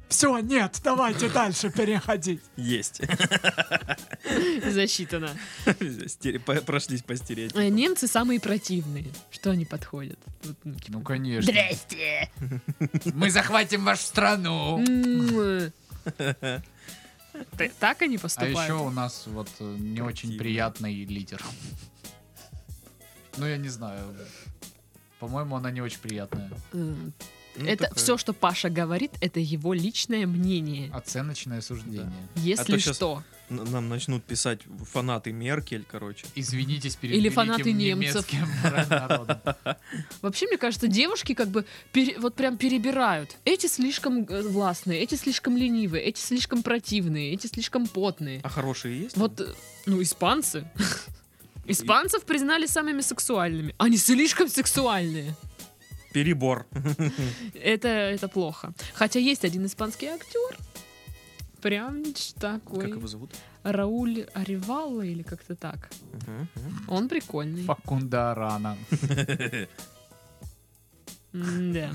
Все, нет, давайте дальше переходить.
Есть.
Засчитано.
Стере- по- Прошлись по стереотипу.
Э, Немцы самые противные. Что они подходят? Вот, ну, типа,
Ну, конечно.
Здрасте!
Мы захватим вашу страну.
М. Т- Так они
А
поступают.
еще у нас вот э, не очень
Противно.
приятный лидер. Ну, я не знаю. По-моему, она не очень приятная.
М.
Ну,
Э, это
такое.
все, что Паша говорит, это его личное мнение.
Оценочное суждение.
Если
А то щас-
что.
Н- Нам начнут писать фанаты Меркель, короче.
Извинитесь перед
Или
великим
фанаты немцев.
немецким народом.
Вообще, мне кажется, девушки как бы пере- вот прям перебирают. Эти слишком э, властные, эти слишком ленивые, эти слишком противные, эти слишком потные.
А хорошие есть?
Вот, э, ну, испанцы. Испанцев признали самыми сексуальными. Они слишком сексуальные.
Перебор.
Это, это плохо. Хотя есть один испанский актер. Прям такой.
Как его зовут?
Рауль Аривалла или как-то так.
Мгм, мгм.
Он прикольный.
Факунда Арана.
Да.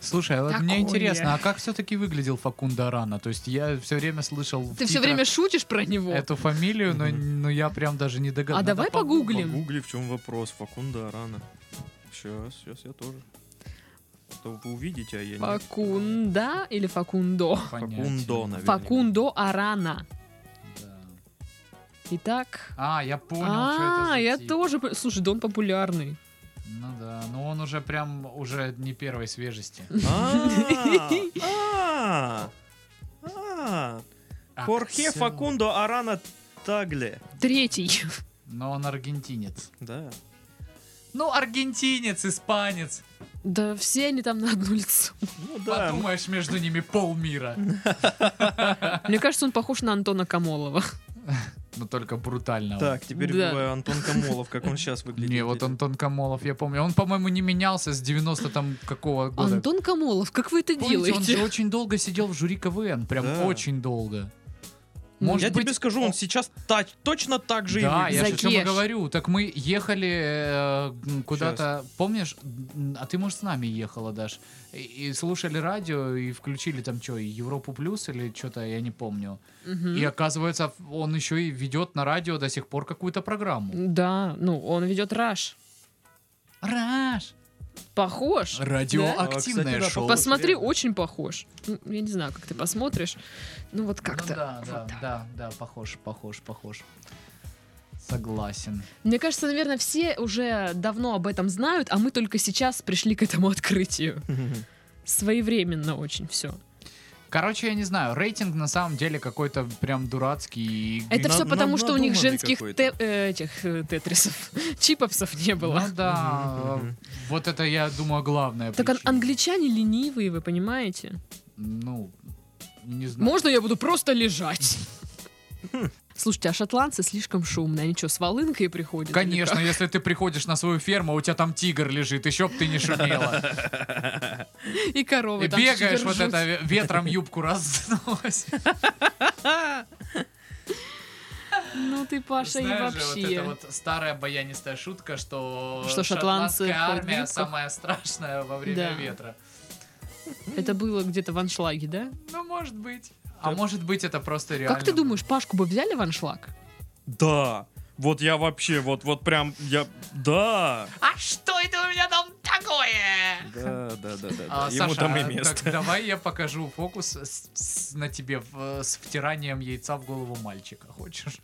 Слушай, а вот
Такое.
мне интересно, а как все-таки выглядел Факунда Арана? То есть я все время слышал в
Ты все
титрах
время шутишь про него.
эту фамилию, но, но я прям даже не
А
догадался.
давай погуглим.
Погугли, в чем вопрос. Факунда Арана. Сейчас, сейчас я тоже. А То вы увидите, а я не...
Факунда или Факундо?
Факундо, наверное.
Факундо Арана. Итак...
А, я понял, что это
А,
за
я
тип.
тоже... по- Слушай, да он популярный.
Ну да, но он уже прям, уже не первой свежести.
А, а, а. Хорхе
Акцент.
Факундо Арана Тагле.
Третий.
Но он аргентинец.
Да.
Ну, аргентинец, испанец.
Да все они там на одно лицо.
Ну да. м-
Подумаешь, между ними полмира.
Мне кажется, он похож на Антона Камолова.
Но только брутального.
Так, теперь
Да.
вбиваю Антон Камолов, как он сейчас выглядит.
Не, вот Антон Камолов, я помню. Он, по-моему, не менялся с 90 там какого года.
Антон Камолов, как вы это
Помните, он же
делаете?
очень долго сидел в жюри КВН. Прям
Да.
очень долго.
Ну,
Может
Я
быть,
тебе скажу, он сейчас та- точно так же и
Да, я
выглядит.
же о чём и
Закеш.
говорю. Так мы ехали э, м, куда-то, помнишь, м, а ты, может, с нами ехала, Даш, и, и слушали радио, и включили там что, Европу Плюс или что-то, я не помню.
Мгм.
И оказывается, он еще и ведет на радио до сих пор какую-то программу.
Да, ну он ведет раш.
Раш!
Похож.
Радиоактивное
А, кстати, да,
шоу.
по-
Посмотри,
реально.
очень похож. Ну, я не знаю, как ты посмотришь. Ну вот
Ну
как-то.
да,
Вот
да,
так.
да, да, похож, похож, похож. Согласен.
Мне кажется, наверное, все уже давно об этом знают, а мы только сейчас пришли к этому открытию. Своевременно очень все.
Короче, я не знаю, рейтинг на самом деле какой-то прям дурацкий. и
Это
На-
все
на-
потому, что у них
надуманный
женских
какой-то.
те- э, этих э, тетрисов, чипопсов не было.
Ну да,
Мгм, мгм.
вот это, я думаю, главное.
Так ан- англичане ленивые, вы понимаете?
Ну, не знаю.
Можно я буду просто лежать? Слушайте, а шотландцы слишком шумные. Они что, с волынкой приходят? или
Конечно, если ты приходишь на свою ферму, а у тебя там тигр лежит, еще б ты не шумела.
как? И коровы
И
там
бегаешь вот
щебержут.
это ве- ветром юбку раздалось.
Ну ты, Паша, и
Знаешь же, вот
вообще.
это вот старая баянистая шутка, что,
Что
шотландская
шотландцы ходят в
армия
юбках.
самая страшная во время
Да.
ветра.
Это было где-то в аншлаге, да?
Ну, может быть. А может быть, это просто реально.
Как ты думаешь, Пашку бы взяли в аншлаг?
Да. Вот я вообще, вот, вот прям, я, да.
А что это у меня там такое?
Да, да, да, да.
А,
Ему
Саша,
там и
а, так
место.
давай я покажу фокус с- с- на тебе в- с втиранием яйца в голову мальчика. Хочешь?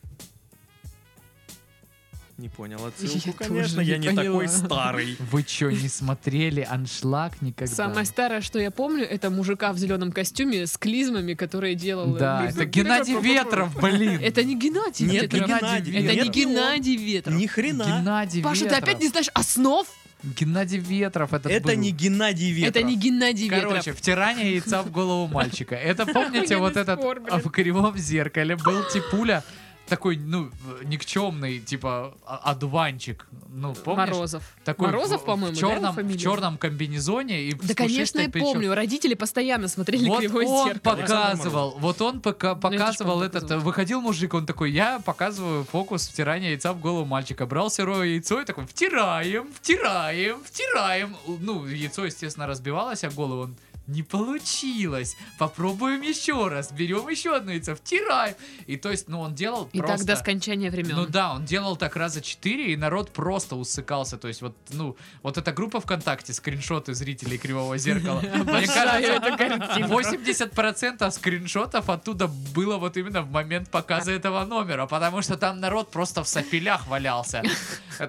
Не понял
Я
отсылку,
тоже
конечно,
не
я не такой
поняла.
старый.
Вы что, не смотрели аншлаг никогда?
Самое старое, что я помню, это мужика в зеленом костюме с клизмами, которые делал... э, ну,
Да, это Геннадий Ветров, блин.
Это не Геннадий
Нет,
Ветров.
Геннадий
Это не
Ветров.
Геннадий Ветров.
Ни хрена.
Геннадий
Паша, ты
Ветров.
опять не знаешь основ?
Геннадий Ветров это
Это
был.
не Геннадий Ветров.
Это не Геннадий
Короче,
Ветров.
втирание яйца в голову мальчика. Это, помните,
Охуенный
вот этот
спор, блин.
а, в кривом зеркале был Типуля, такой, ну, в- никчемный, типа, а- одуванчик. Ну, помнишь?
Морозов.
Такой в-
Морозов, по-моему,
в
да,
черном,
фамилия?
в черном комбинезоне и с
Да, конечно,
пушистой
я
прической.
помню. Родители постоянно смотрели
Вот
кривое
он
зеркало.
показывал, вот он пока,
Ну, это ж
показывал
он
этот,
показывал.
э, выходил мужик, он такой, я показываю фокус втирания яйца в голову мальчика, брал сырое яйцо и такой, втираем, втираем, втираем, ну, яйцо, естественно, разбивалось, а голову он не получилось. Попробуем еще раз. Берем еще одно яйцо, втираем. И то есть, ну, он делал
И
просто...
так до скончания времен.
Ну да, он делал так раза четыре, и народ просто усыкался. То есть вот, ну, вот эта группа ВКонтакте, скриншоты зрителей Кривого Зеркала. Мне кажется, 80% скриншотов оттуда было вот именно в момент показа этого номера, потому что там народ просто в сапелях валялся.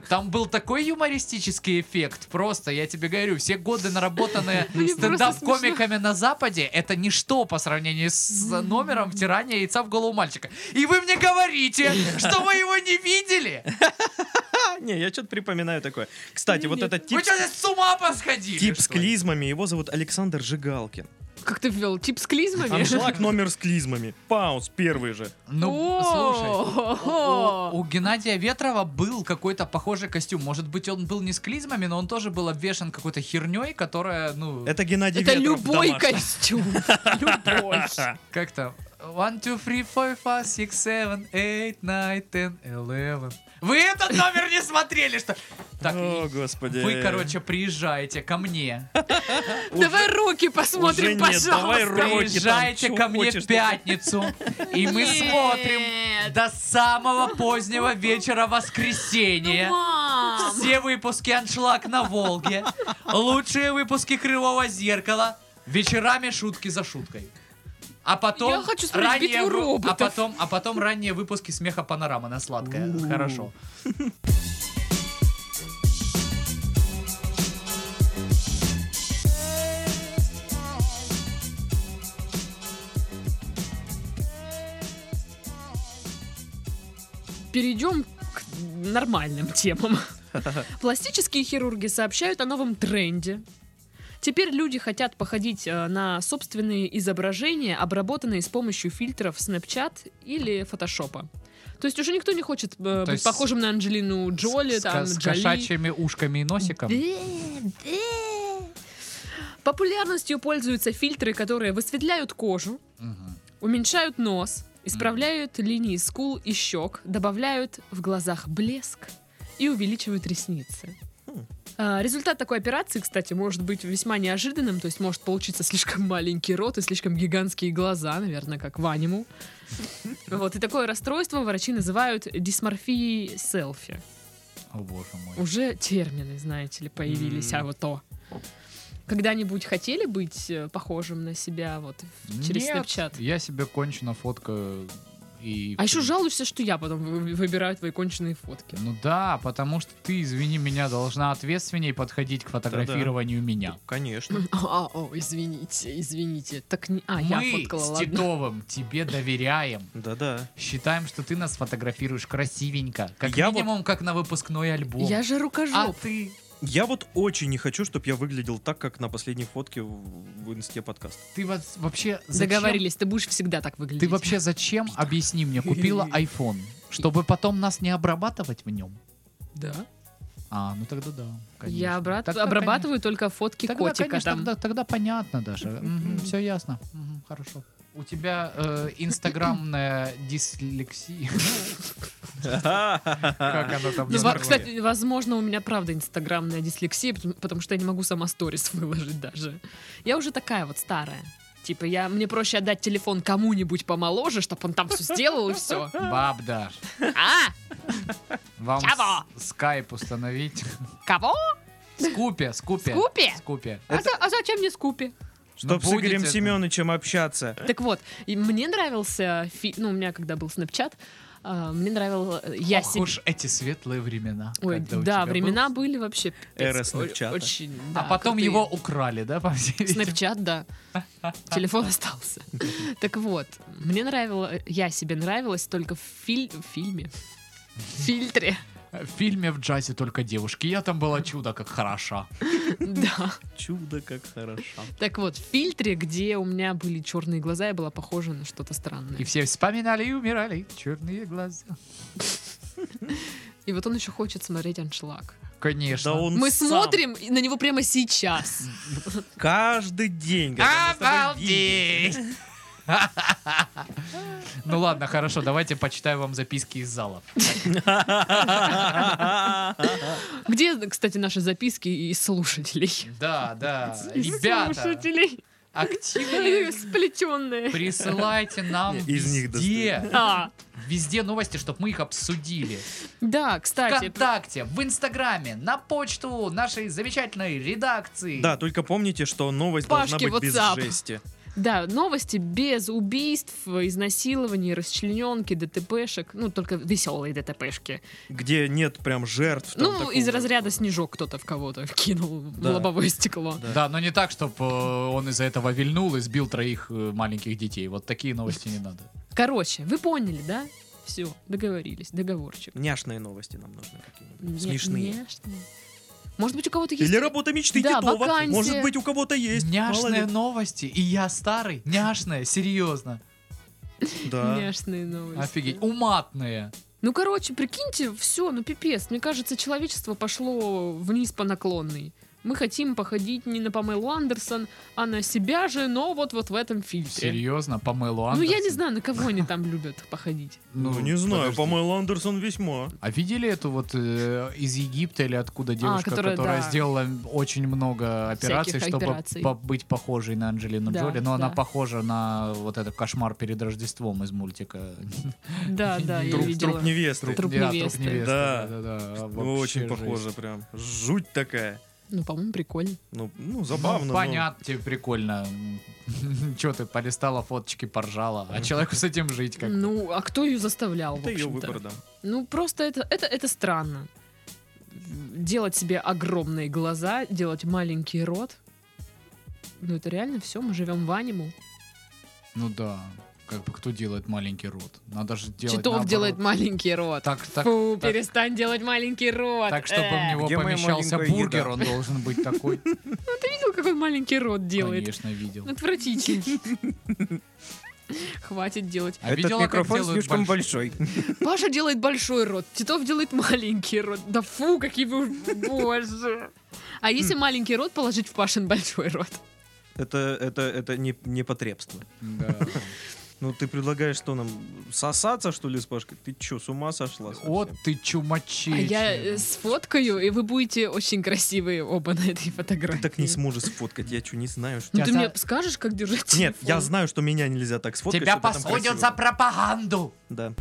Там был такой юмористический эффект, просто, я тебе говорю, все годы наработанные
Мне просто
стендап-комиками на Западе, это ничто по сравнению с номером втирания яйца в голову мальчика. И вы мне говорите, что вы его не видели?
А, не, я что-то припоминаю такое. Кстати, вот
Ну Нет.
этот тип,
Вы что, здесь с ума посходили?
тип с
что ли?
клизмами, его зовут Александр Жигалкин.
Как ты ввел? Тип с клизмами?
Аншлаг номер с клизмами. Паус первый же.
Ну, слушай,
О-о-о.
У, у Геннадия Ветрова был какой-то похожий костюм. Может быть, он был не с клизмами, но он тоже был обвешен какой-то херней, которая, ну,
Это Геннадий
Это
Ветров
любой
домашний.
костюм. Любой.
как-то... One, two, three, four, five, six, seven, eight, nine, ten, eleven. Вы этот номер не смотрели, что... Так,
О,
и-
господи.
вы, короче, приезжаете ко мне.
Давай руки посмотрим,
нет, давай
пожалуйста.
руки. там,
Приезжайте
чё
ко мне
хочешь,
в пятницу, и мы
Нет.
смотрим до самого позднего вечера воскресенья.
Ну, Мам!
Все выпуски «Аншлаг на Волге», лучшие выпуски «Кривого зеркала», вечерами шутки за шуткой. А потом...
Я хочу смотреть
ранние
«Битву
вы-
роботов».
А потом, а потом ранние выпуски смеха Панорама, она сладкая.
У.
Хорошо.
Перейдем к нормальным темам. Пластические хирурги сообщают о новом тренде. Теперь люди хотят походить э, на собственные изображения, обработанные с помощью фильтров Snapchat или фотошопа. То есть уже никто не хочет э, быть
есть
похожим на Анджелину Джоли,
с,
там,
с
Джоли.
кошачьими ушками и носиком.
Да, да. Популярностью пользуются фильтры, которые высветляют кожу,
Мгм.
уменьшают нос, исправляют линии скул и щек, добавляют в глазах блеск и увеличивают ресницы.
Хм.
А, Результат такой операции, кстати, может быть весьма неожиданным, то есть может получиться слишком маленький рот и слишком гигантские глаза, наверное, как в аниму. Вот, и такое расстройство врачи называют дисморфией селфи.
О боже мой.
Уже термины, знаете ли, появились,
М.
а вот то. Когда-нибудь хотели быть э, похожим на себя вот в- через
Нет,
Snapchat?
Я себе кончено фоткаю и...
А еще жалуешься, что я потом вы- выбираю твои конченые фотки.
Ну да, потому что ты, извини меня, должна ответственней подходить к фотографированию меня.
Конечно.
А, о, извините, извините. Так не... А, я
Мы
фоткала,
с
ладно.
Титовым тебе доверяем.
Да-да.
Считаем, что ты нас фотографируешь красивенько. Как
Я вот-
минимум, как на выпускной альбом.
Я же
А
рукожоп.
ты?
Я вот очень не хочу, чтобы я выглядел так, как на последней фотке в, в инсте подкаст.
Ты вот вообще зачем-
А, Договорились, ты будешь всегда так выглядеть.
Ты вообще зачем, объясни мне, купила iPhone, чтобы потом нас не обрабатывать в нем?
Да.
А, ну тогда да, конечно.
Я обрат-
Тогда,
обрабатываю только фотки
конечно. Тогда,
котика
конечно,
там.
Тогда, тогда понятно даже. Все ясно. Мгм, хорошо. У тебя э, инстаграмная дислексия. Как она там
Ну, во-
называется?
кстати, возможно, у меня правда инстаграмная дислексия, потому, потому что я не могу сама сторис выложить даже. Я уже такая вот старая. Типа, я, мне проще отдать телефон кому-нибудь помоложе, чтобы он там все сделал и все.
Баб Даш,
А?
вам
Чего?
с- скайп установить.
Кого?
Скупе, скупе.
Скупе?
Скупе.
А, за- а зачем мне скупи?
Ну,
Чтоб с
будет
Игорем
это.
Семеновичем общаться.
Так вот, и мне нравился, фи- ну, у меня когда был Snapchat, а, мне нравил, э, я
Ох
себе-
уж эти светлые времена.
Ой,
когда у
да,
тебя
времена
был-
были вообще пипец.
Эра
О-
Снэпчата.
Очень,
А
да,
потом
крутые.
его украли, да, по всей видимости?
Снэпчат, да. Телефон остался. Так вот, мне нравилось, я себе нравилась только в, филь- в фильме. В фильтре.
В фильме в джазе только девушки. Я там была чудо, как хороша.
Да.
Чудо, как хорошо.
Так вот, в фильтре, где у меня были черные глаза, я была похожа на что-то странное.
И все вспоминали и умирали. Черные глаза.
И вот он еще хочет смотреть аншлаг.
Конечно.
Да он
Мы
сам
смотрим на него прямо сейчас.
Каждый день. когда мы с тобой
Обалдеть! Ну ладно, хорошо, давайте почитаю вам записки из зала.
видим.
Где, кстати, наши записки и слушателей?
Да, да.
И
Ребята,
Слушателей.
активно
Сплетенные.
присылайте нам
Из них
везде,
А,
везде новости, чтобы мы их обсудили.
да, кстати.
ВКонтакте, в Инстаграме, на почту нашей замечательной редакции.
Да, только помните, что новость должна
Пашки
быть без
WhatsApp.
жести.
Да, новости без убийств, изнасилований, расчлененки, ДТПшек. Ну, только веселые ДТПшки.
Где нет прям жертв. там
ну,
такого.
из разряда снежок кто-то в кого-то кинул
Да.
в лобовое стекло.
Да.
Да, но не так, чтобы он из-за этого вильнул и сбил троих э, маленьких детей. Вот такие новости не надо.
Короче, вы поняли, да? Все, договорились, договорчик.
Няшные новости нам нужны какие-нибудь.
Не-
Смешные.
няшные. Может быть, у кого-то есть...
Или работа мечты
Да,
Титова.
вакансия.
Может быть, у кого-то есть. мало ли.
Няшные новости, и я старый. Няшные, серьезно.
Да.
Няшные новости.
Офигеть. Уматные.
Ну, короче, прикиньте, все, ну пипец. Мне кажется, человечество пошло вниз по наклонной. Мы хотим походить не на Памелу Андерсон, а на себя же, но вот вот в этом фильтре.
Серьезно, Памелу
Ну,
Андерсон?
я не знаю, на кого они там любят походить.
Ну, не знаю,
подожди.
по-моему, Андерсон весьма.
А видели эту вот э, из Египта или откуда девушка,
А, которая,
которая,
да.
сделала очень много операций,
Всяких
чтобы
операций.
по- быть похожей на Анджелину
Да,
Джоли, но она
да.
похожа на вот этот кошмар перед Рождеством из мультика.
Да, да, я
Друг-
Труп,
видела.
труп невесты.
Труп
Да,
невесты.
невесты,
Да.
да, да, да.
Ну,
Вообще
Очень
жесть.
похоже прям. Жуть такая.
Ну, по-моему, прикольно.
Ну, ну забавно.
Ну,
ну.
понятно, тебе прикольно. Че ты полистала фоточки, поржала, а человеку с этим жить как
Ну, а кто ее заставлял, в
Это ее
общем-то?
выбор, да.
Ну, просто это, это, это странно. Делать себе огромные глаза, делать маленький рот. Ну, это реально все, мы живем в аниму.
Ну да, как бы кто делает маленький рот? Надо же делать
Читов
наоборот.
делает маленький рот.
Так, так,
Фу,
так,
перестань делать маленький рот.
так, чтобы в
Э.
него
Где моя
помещался
маленькая
бургер,
еда?
он должен быть такой.
Ты видел, какой маленький рот делает?
Конечно, видел.
Отвратительно. Хватит делать.
А
Этот
видела, как
микрофон
делают
слишком
большой?
большой.
Паша делает большой рот, Титов делает маленький рот. Да фу, какие вы... Боже. А если маленький рот положить в Пашин большой рот?
Это, это, это не, непотребство.
Да.
Ну, ты предлагаешь что нам, сосаться, что ли, с Пашкой? Ты чё, с ума сошла совсем?
Вот ты чумачи.
А я э, сфоткаю, и вы будете очень красивые оба на этой фотографии.
Ты так не сможешь сфоткать, я чё, не знаю, что...
Ну,
Я
ты
за-
мне скажешь, как держать
Нет, я
телефон?
знаю, что меня нельзя так сфоткать.
Тебя
чтобы там
посадят
красиво
за
было.
пропаганду.
Да.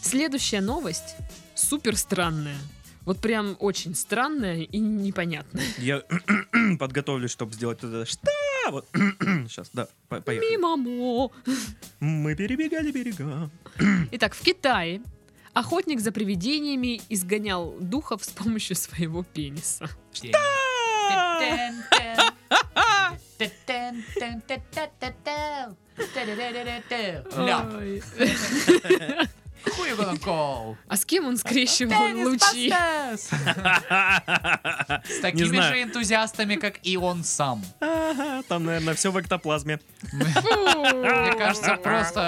Следующая новость супер странная. Вот прям очень странная и непонятная.
Я подготовлюсь, чтобы сделать это. Что? Вот. Сейчас, да, по- поехали.
Мимо.
Мы перебегали берега. Хм.
Итак, в Китае охотник за привидениями изгонял духов с помощью своего пениса. Э.
Ляп.
Ой.
Who you gonna call?
А с кем он скрещивал лучи?
С такими
знаю.
же энтузиастами, как и он сам.
Ага, А, Там, наверное, все в эктоплазме.
Мне
Мне
кажется, просто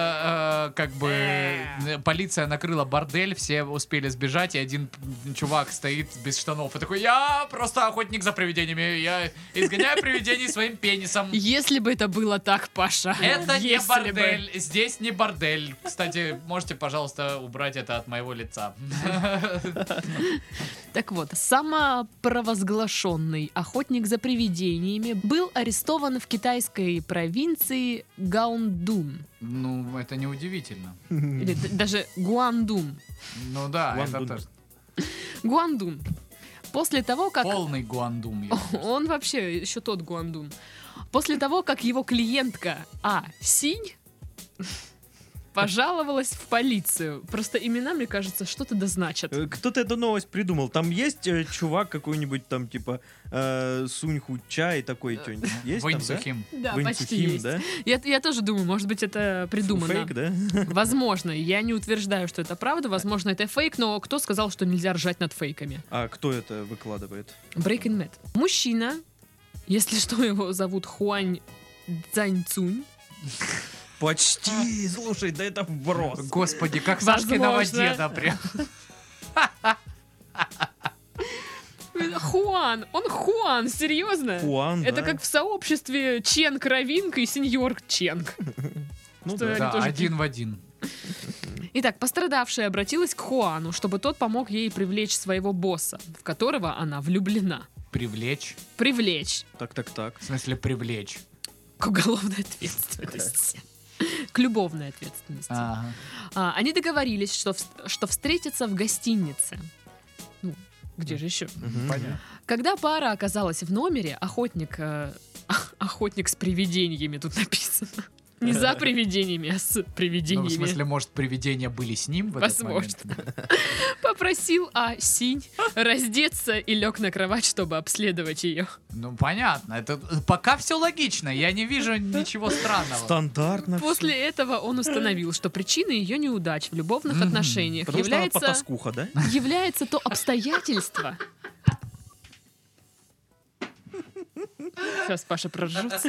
э, как бы э, полиция накрыла бордель, все успели сбежать, и один чувак стоит без штанов и такой, я просто охотник за привидениями, я изгоняю привидений своим пенисом.
Если бы это было так, Паша.
Это не
Если бы.
бордель, здесь не бордель. Кстати, можете, пожалуйста, убрать это от моего лица.
Так вот, самопровозглашенный охотник за привидениями был арестован в китайской провинции Гаундун.
Ну, это не удивительно.
Или д- даже Гуандун.
Ну да, это
Гуандун.
тоже
Гуандун. После того, как...
полный гуандум. я думаю.
Он вообще еще тот Гуандун. После того, как его клиентка А. Синь пожаловалась в полицию. Просто имена, мне кажется, что-то дозначат.
Э, Кто-то эту новость придумал. Там есть э, чувак какой-нибудь там, типа, э, Суньху Чай такой, что-нибудь есть там,
Вэнь
да?
Сухим.
Э, Да,
Вэнь
почти
Сухим,
есть.
да?
Я, я тоже думаю, может быть, это придумано.
Фейк, да?
Возможно, я не утверждаю, что это правда, возможно, это фейк, но кто сказал, что нельзя ржать над фейками?
А кто это выкладывает?
Breaking Mad. Мужчина, если что, его зовут Хуань Цзаньцунь. А.
Почти, слушай, да это вброс.
Господи, как Сашки на
Возможно.
воде, да, прям.
Э, Хуан, он Хуан, серьезно?
Хуан,
Это
да.
как в сообществе Ченг Равинка и сеньор Ченг.
Ну
что
да.
Они
Да,
тоже
один в один.
Итак, пострадавшая обратилась к Хуану, чтобы тот помог ей привлечь своего босса, в которого она влюблена.
Привлечь.
Привлечь
Так, так, так.
В смысле, привлечь.
к уголовной ответственности. К любовной ответственности.
Ага.
А, они договорились, что, вс- что встретятся в гостинице. Ну, где же еще?
Мгм.
Понятно.
Когда пара оказалась в номере, охотник... э, охотник с привидениями тут написано. Не за привидениями, а с
Ну, в
привидениями.
смысле, может, привидения были с ним в этот момент?
Попросил А. Синь раздеться и лег на кровать, чтобы обследовать ее.
Ну, понятно. Это пока все логично. Я не вижу ничего странного.
Стандартно. Ну, всё.
После этого он установил, что причиной ее неудач в любовных
Мгм.
отношениях
Потому что она
является,
потаскуха, да?
является то обстоятельство. Сейчас Паша проржется.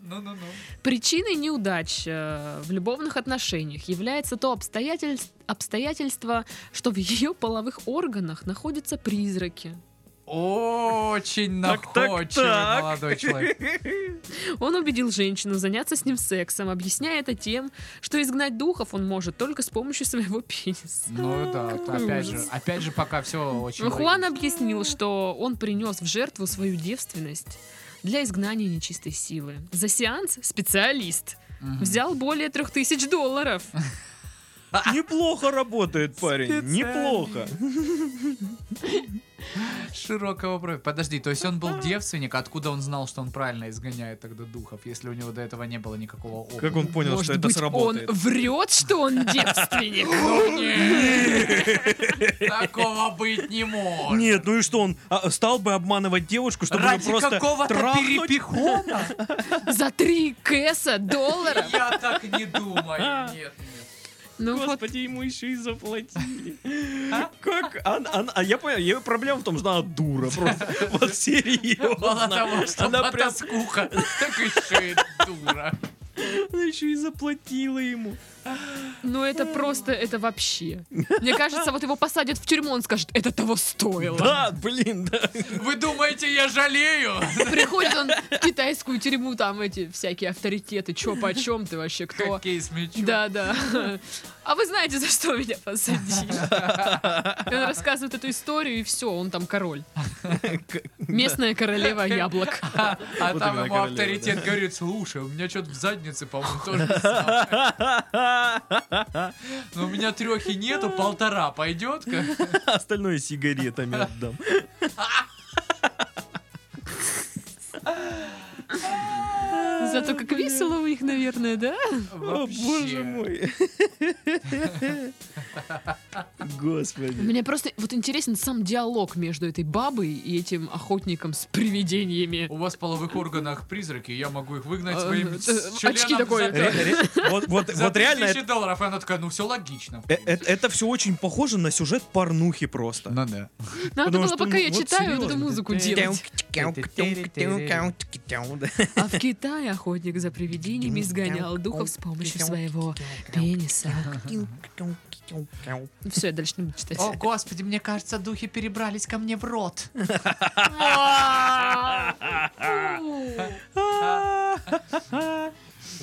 Ну-ну-ну.
Причиной неудач э, в любовных отношениях является то обстоятельств- обстоятельство, что в ее половых органах находятся призраки.
очень
Так, так,
находчивый
так.
молодой человек.
Он убедил женщину заняться с ним сексом, объясняя это тем, что изгнать духов он может только с помощью своего пениса.
Ну да,
Какой
опять же,
ужас.
опять же, пока все очень.
Ну, Хуан
логично.
объяснил, что он принес в жертву свою девственность для изгнания нечистой силы. За сеанс специалист
Мгм.
взял более трех тысяч долларов.
Неплохо работает парень,
Специалист.
неплохо.
Широкого профиля. Подожди, то есть он был девственник, откуда он знал, что он правильно изгоняет тогда духов, если у него до этого не было никакого опыта?
Как он понял,
Может
что это
быть,
сработает?
он врет, что он девственник.
Ну, нет! Такого быть не может.
Нет, ну и что, он а, стал бы обманывать девушку, чтобы её
Ради
просто
какого-то
трахнуть?
перепихона?
За три кэса долларов.
Я так не
А.
думаю. Нет, нет.
Ну вот,
Господи, ему еще и заплатили.
А?
Как? А, а- а я понял, ее проблема в том, что она дура просто. Вот
Мало
серьезно.
того, что
она
она
прям-
скука, так еще и дура.
Она еще и заплатила ему.
ну это просто, это вообще. Мне кажется, вот его посадят в тюрьму, он скажет, это того стоило.
Да, блин, да.
Вы думаете, я жалею?
Приходит он в китайскую тюрьму, там эти всякие авторитеты, чё почем ты вообще, кто?
Хоккей с мячом.
Да, да. А вы знаете, за что меня посадили? И Он рассказывает эту историю, и все, он там король. Местная королева яблок.
А, а
Вот
там
именно
ему
королева,
авторитет
да.
говорит, слушай, у меня что-то в заднице, по-моему, тоже самое. Но Ну, у меня трехи нету, полтора пойдет.
а Остальное сигаретами отдам.
Зато как весело у них, наверное, да?
О, боже мой. Господи.
Мне просто вот интересен сам диалог между этой бабой и этим охотником с привидениями.
У вас в половых органах призраки, я могу их
А,
выгнать
Э,
своим
э,
с-
очки
членом
такой.
за-
Ре- ре- Вот, вот,
за
вот реально,
3000
это,
долларов. И она такая, ну все логично.
э- э- это все очень похоже на сюжет порнухи просто.
Ну да.
Надо
Потому
было,
что,
пока
ну,
я
вот
читаю, вот
серьезно,
эту музыку делать. А в Китае охотник за привидениями изгонял духов с помощью своего пениса. Все, я дальше не буду читать.
О, господи, мне кажется, духи перебрались ко мне в рот.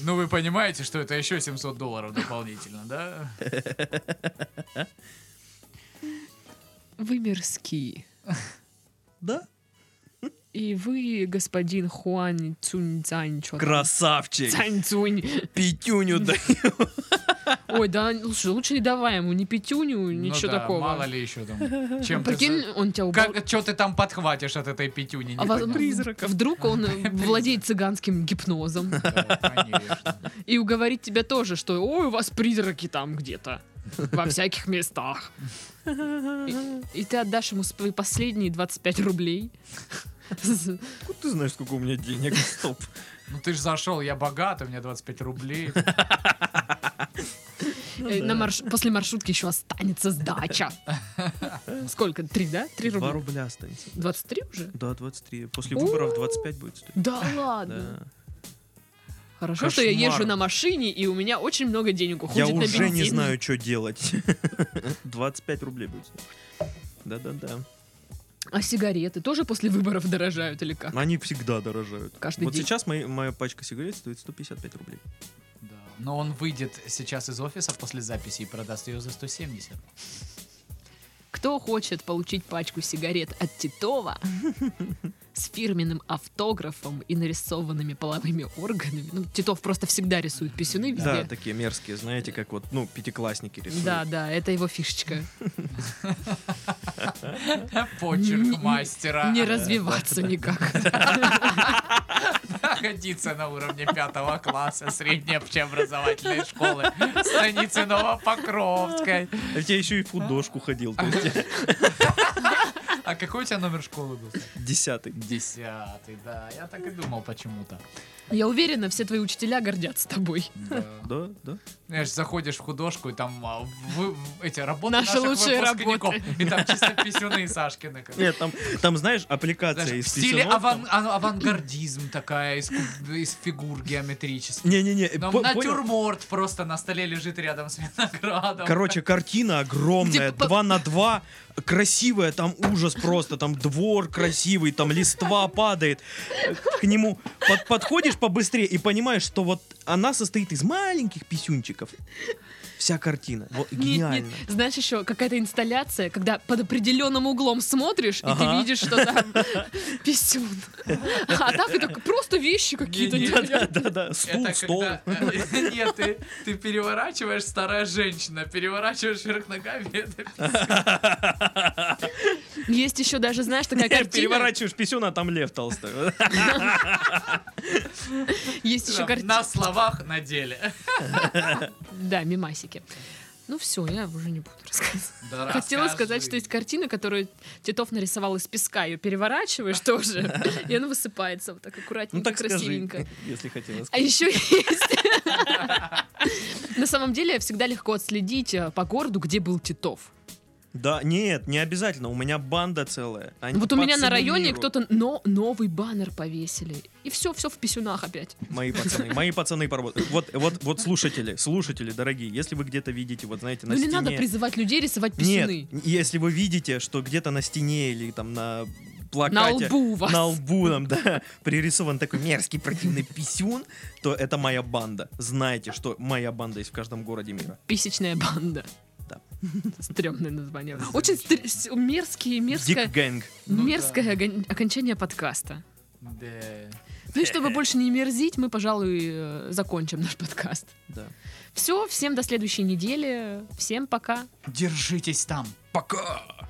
Ну вы понимаете, что это еще 700 долларов дополнительно, да?
Вы мирские.
Да?
И вы, господин Хуан Цунь Цань, чё там?
Красавчик.
Цань Цунь.
Пятюню дай.
Ой, да, лучше, лучше не давай ему ни пятюню,
Ну
ничего
да,
такого. Ну,
Мало ли еще там. Чем ты
Прикинь,
за-
он тебя убил.
Как, что ты там подхватишь от этой пятюни?
А во-
непонятно.
Призраков.
Вдруг он э, владеет цыганским гипнозом
Да, конечно.
и уговорит тебя тоже, что ой, у вас призраки там где-то. Во всяких местах. И, и ты отдашь ему свои последние 25 рублей.
Откуда ты знаешь, сколько у меня денег? Стоп.
Ну ты же зашел, я богат, у меня 25 рублей.
Э, на марш- После маршрутки еще останется сдача. Сколько? Три, да? Три
Два
рубля.
рубля останется.
23 уже?
Да, 23. После выборов 25 будет стоить.
Да ладно.
Да.
Хорошо, что я езжу
Кошмар.
на машине, и у меня очень много денег уходит
Я
на
уже не
бензин.
знаю, что делать. 25 рублей будет стоить. Да-да-да.
А сигареты тоже после выборов дорожают или как?
Они всегда дорожают.
Каждый
вот
день.
сейчас мои- моя пачка сигарет стоит 155 рублей.
Да. Но он выйдет сейчас из офиса после записи и продаст ее за 170.
Кто хочет получить пачку сигарет от Титова с фирменным автографом и нарисованными половыми органами? Ну, Титов просто всегда рисует писюны везде.
Да, такие мерзкие, знаете, как вот, ну, пятиклассники рисуют.
да, да, это его фишечка.
Почерк
Не-
мастера.
Не развиваться никак.
Находиться на уровне пятого класса средней общеобразовательной школы станицы Новопокровской.
А ведь я еще и в художку ходил, то есть
А какой у тебя номер школы был?
десятый.
Десятый, да. Я так и думал почему-то.
Я уверена, все твои учителя гордятся тобой.
Да.
Да, да.
Знаешь, Ну, заходишь в художку, и там а, вы- в- эти работы
Наши
наших
лучшие
выпускников. И там чисто писюны Сашкины. как-
Нет, там, там знаешь, аппликация
Знаешь, в
из
стиле
писюнов там.
аван- ан- авангардизм такая, из, куб- из фигур геометрических.
Не-не-не,
Там
по- понял?
натюрморт просто на столе лежит рядом с виноградом.
Короче,
Где
картина огромная,
по-
2 на 2, красивая, там ужас просто, там двор красивый, там листва падает. К нему под- подходишь побыстрее и понимаешь, что вот она состоит из маленьких писюнчиков. Вся картина. Вот,
Нет,
гениально.
нет, знаешь, еще какая-то инсталляция, когда под определенным углом смотришь, и ты
Ага.
видишь, что там писюн. А там ты так просто вещи какие-то.
Не-не.
непонятные.
Да-да, стул,
Это
стол.
когда- Нет, ты, ты переворачиваешь старая женщина, переворачиваешь вверх ногами. это-
Есть еще даже, знаешь, такая картина.
Переворачиваешь писюн, а там лев толстой.
Есть еще картина.
На словах, на деле.
Да, мимасики. Ну все, я уже не буду рассказывать.
Да
Хотела
расскажи.
сказать, что есть картина, которую Титов нарисовал из песка. Ее переворачиваешь тоже, и она высыпается вот так
Ну
аккуратненько,
так скажи,
красивенько.
если хотела
А
сказать.
еще есть. На самом деле всегда легко отследить э, по городу, где был Титов.
Да, нет, не обязательно. У меня банда целая. Они
Вот у
по
меня на
всему
районе
миру.
кто-то но новый баннер повесили. И все, все в писюнах опять.
Мои пацаны, мои пацаны поработают. Вот, вот, вот слушатели, слушатели, дорогие, если вы где-то видите, вот знаете, на
Ну не
стене...
надо призывать людей рисовать писюны.
Нет, если вы видите, что где-то на стене или там на плакате...
На лбу у
На
вас.
лбу там, да, пририсован такой мерзкий противный писюн, то это моя банда. Знайте, что моя банда есть в каждом городе мира.
Писечная банда.
Да.
Стремное название. Очень стр- с- мерзкие, мерзкое,
Дик Гэнг.
Ну
мерзкое
да.
огон- окончание подкаста.
Да.
Ну и чтобы больше не мерзить, мы, пожалуй, э, закончим наш подкаст.
Да.
Все, всем до следующей недели. Всем пока.
Держитесь там.
Пока!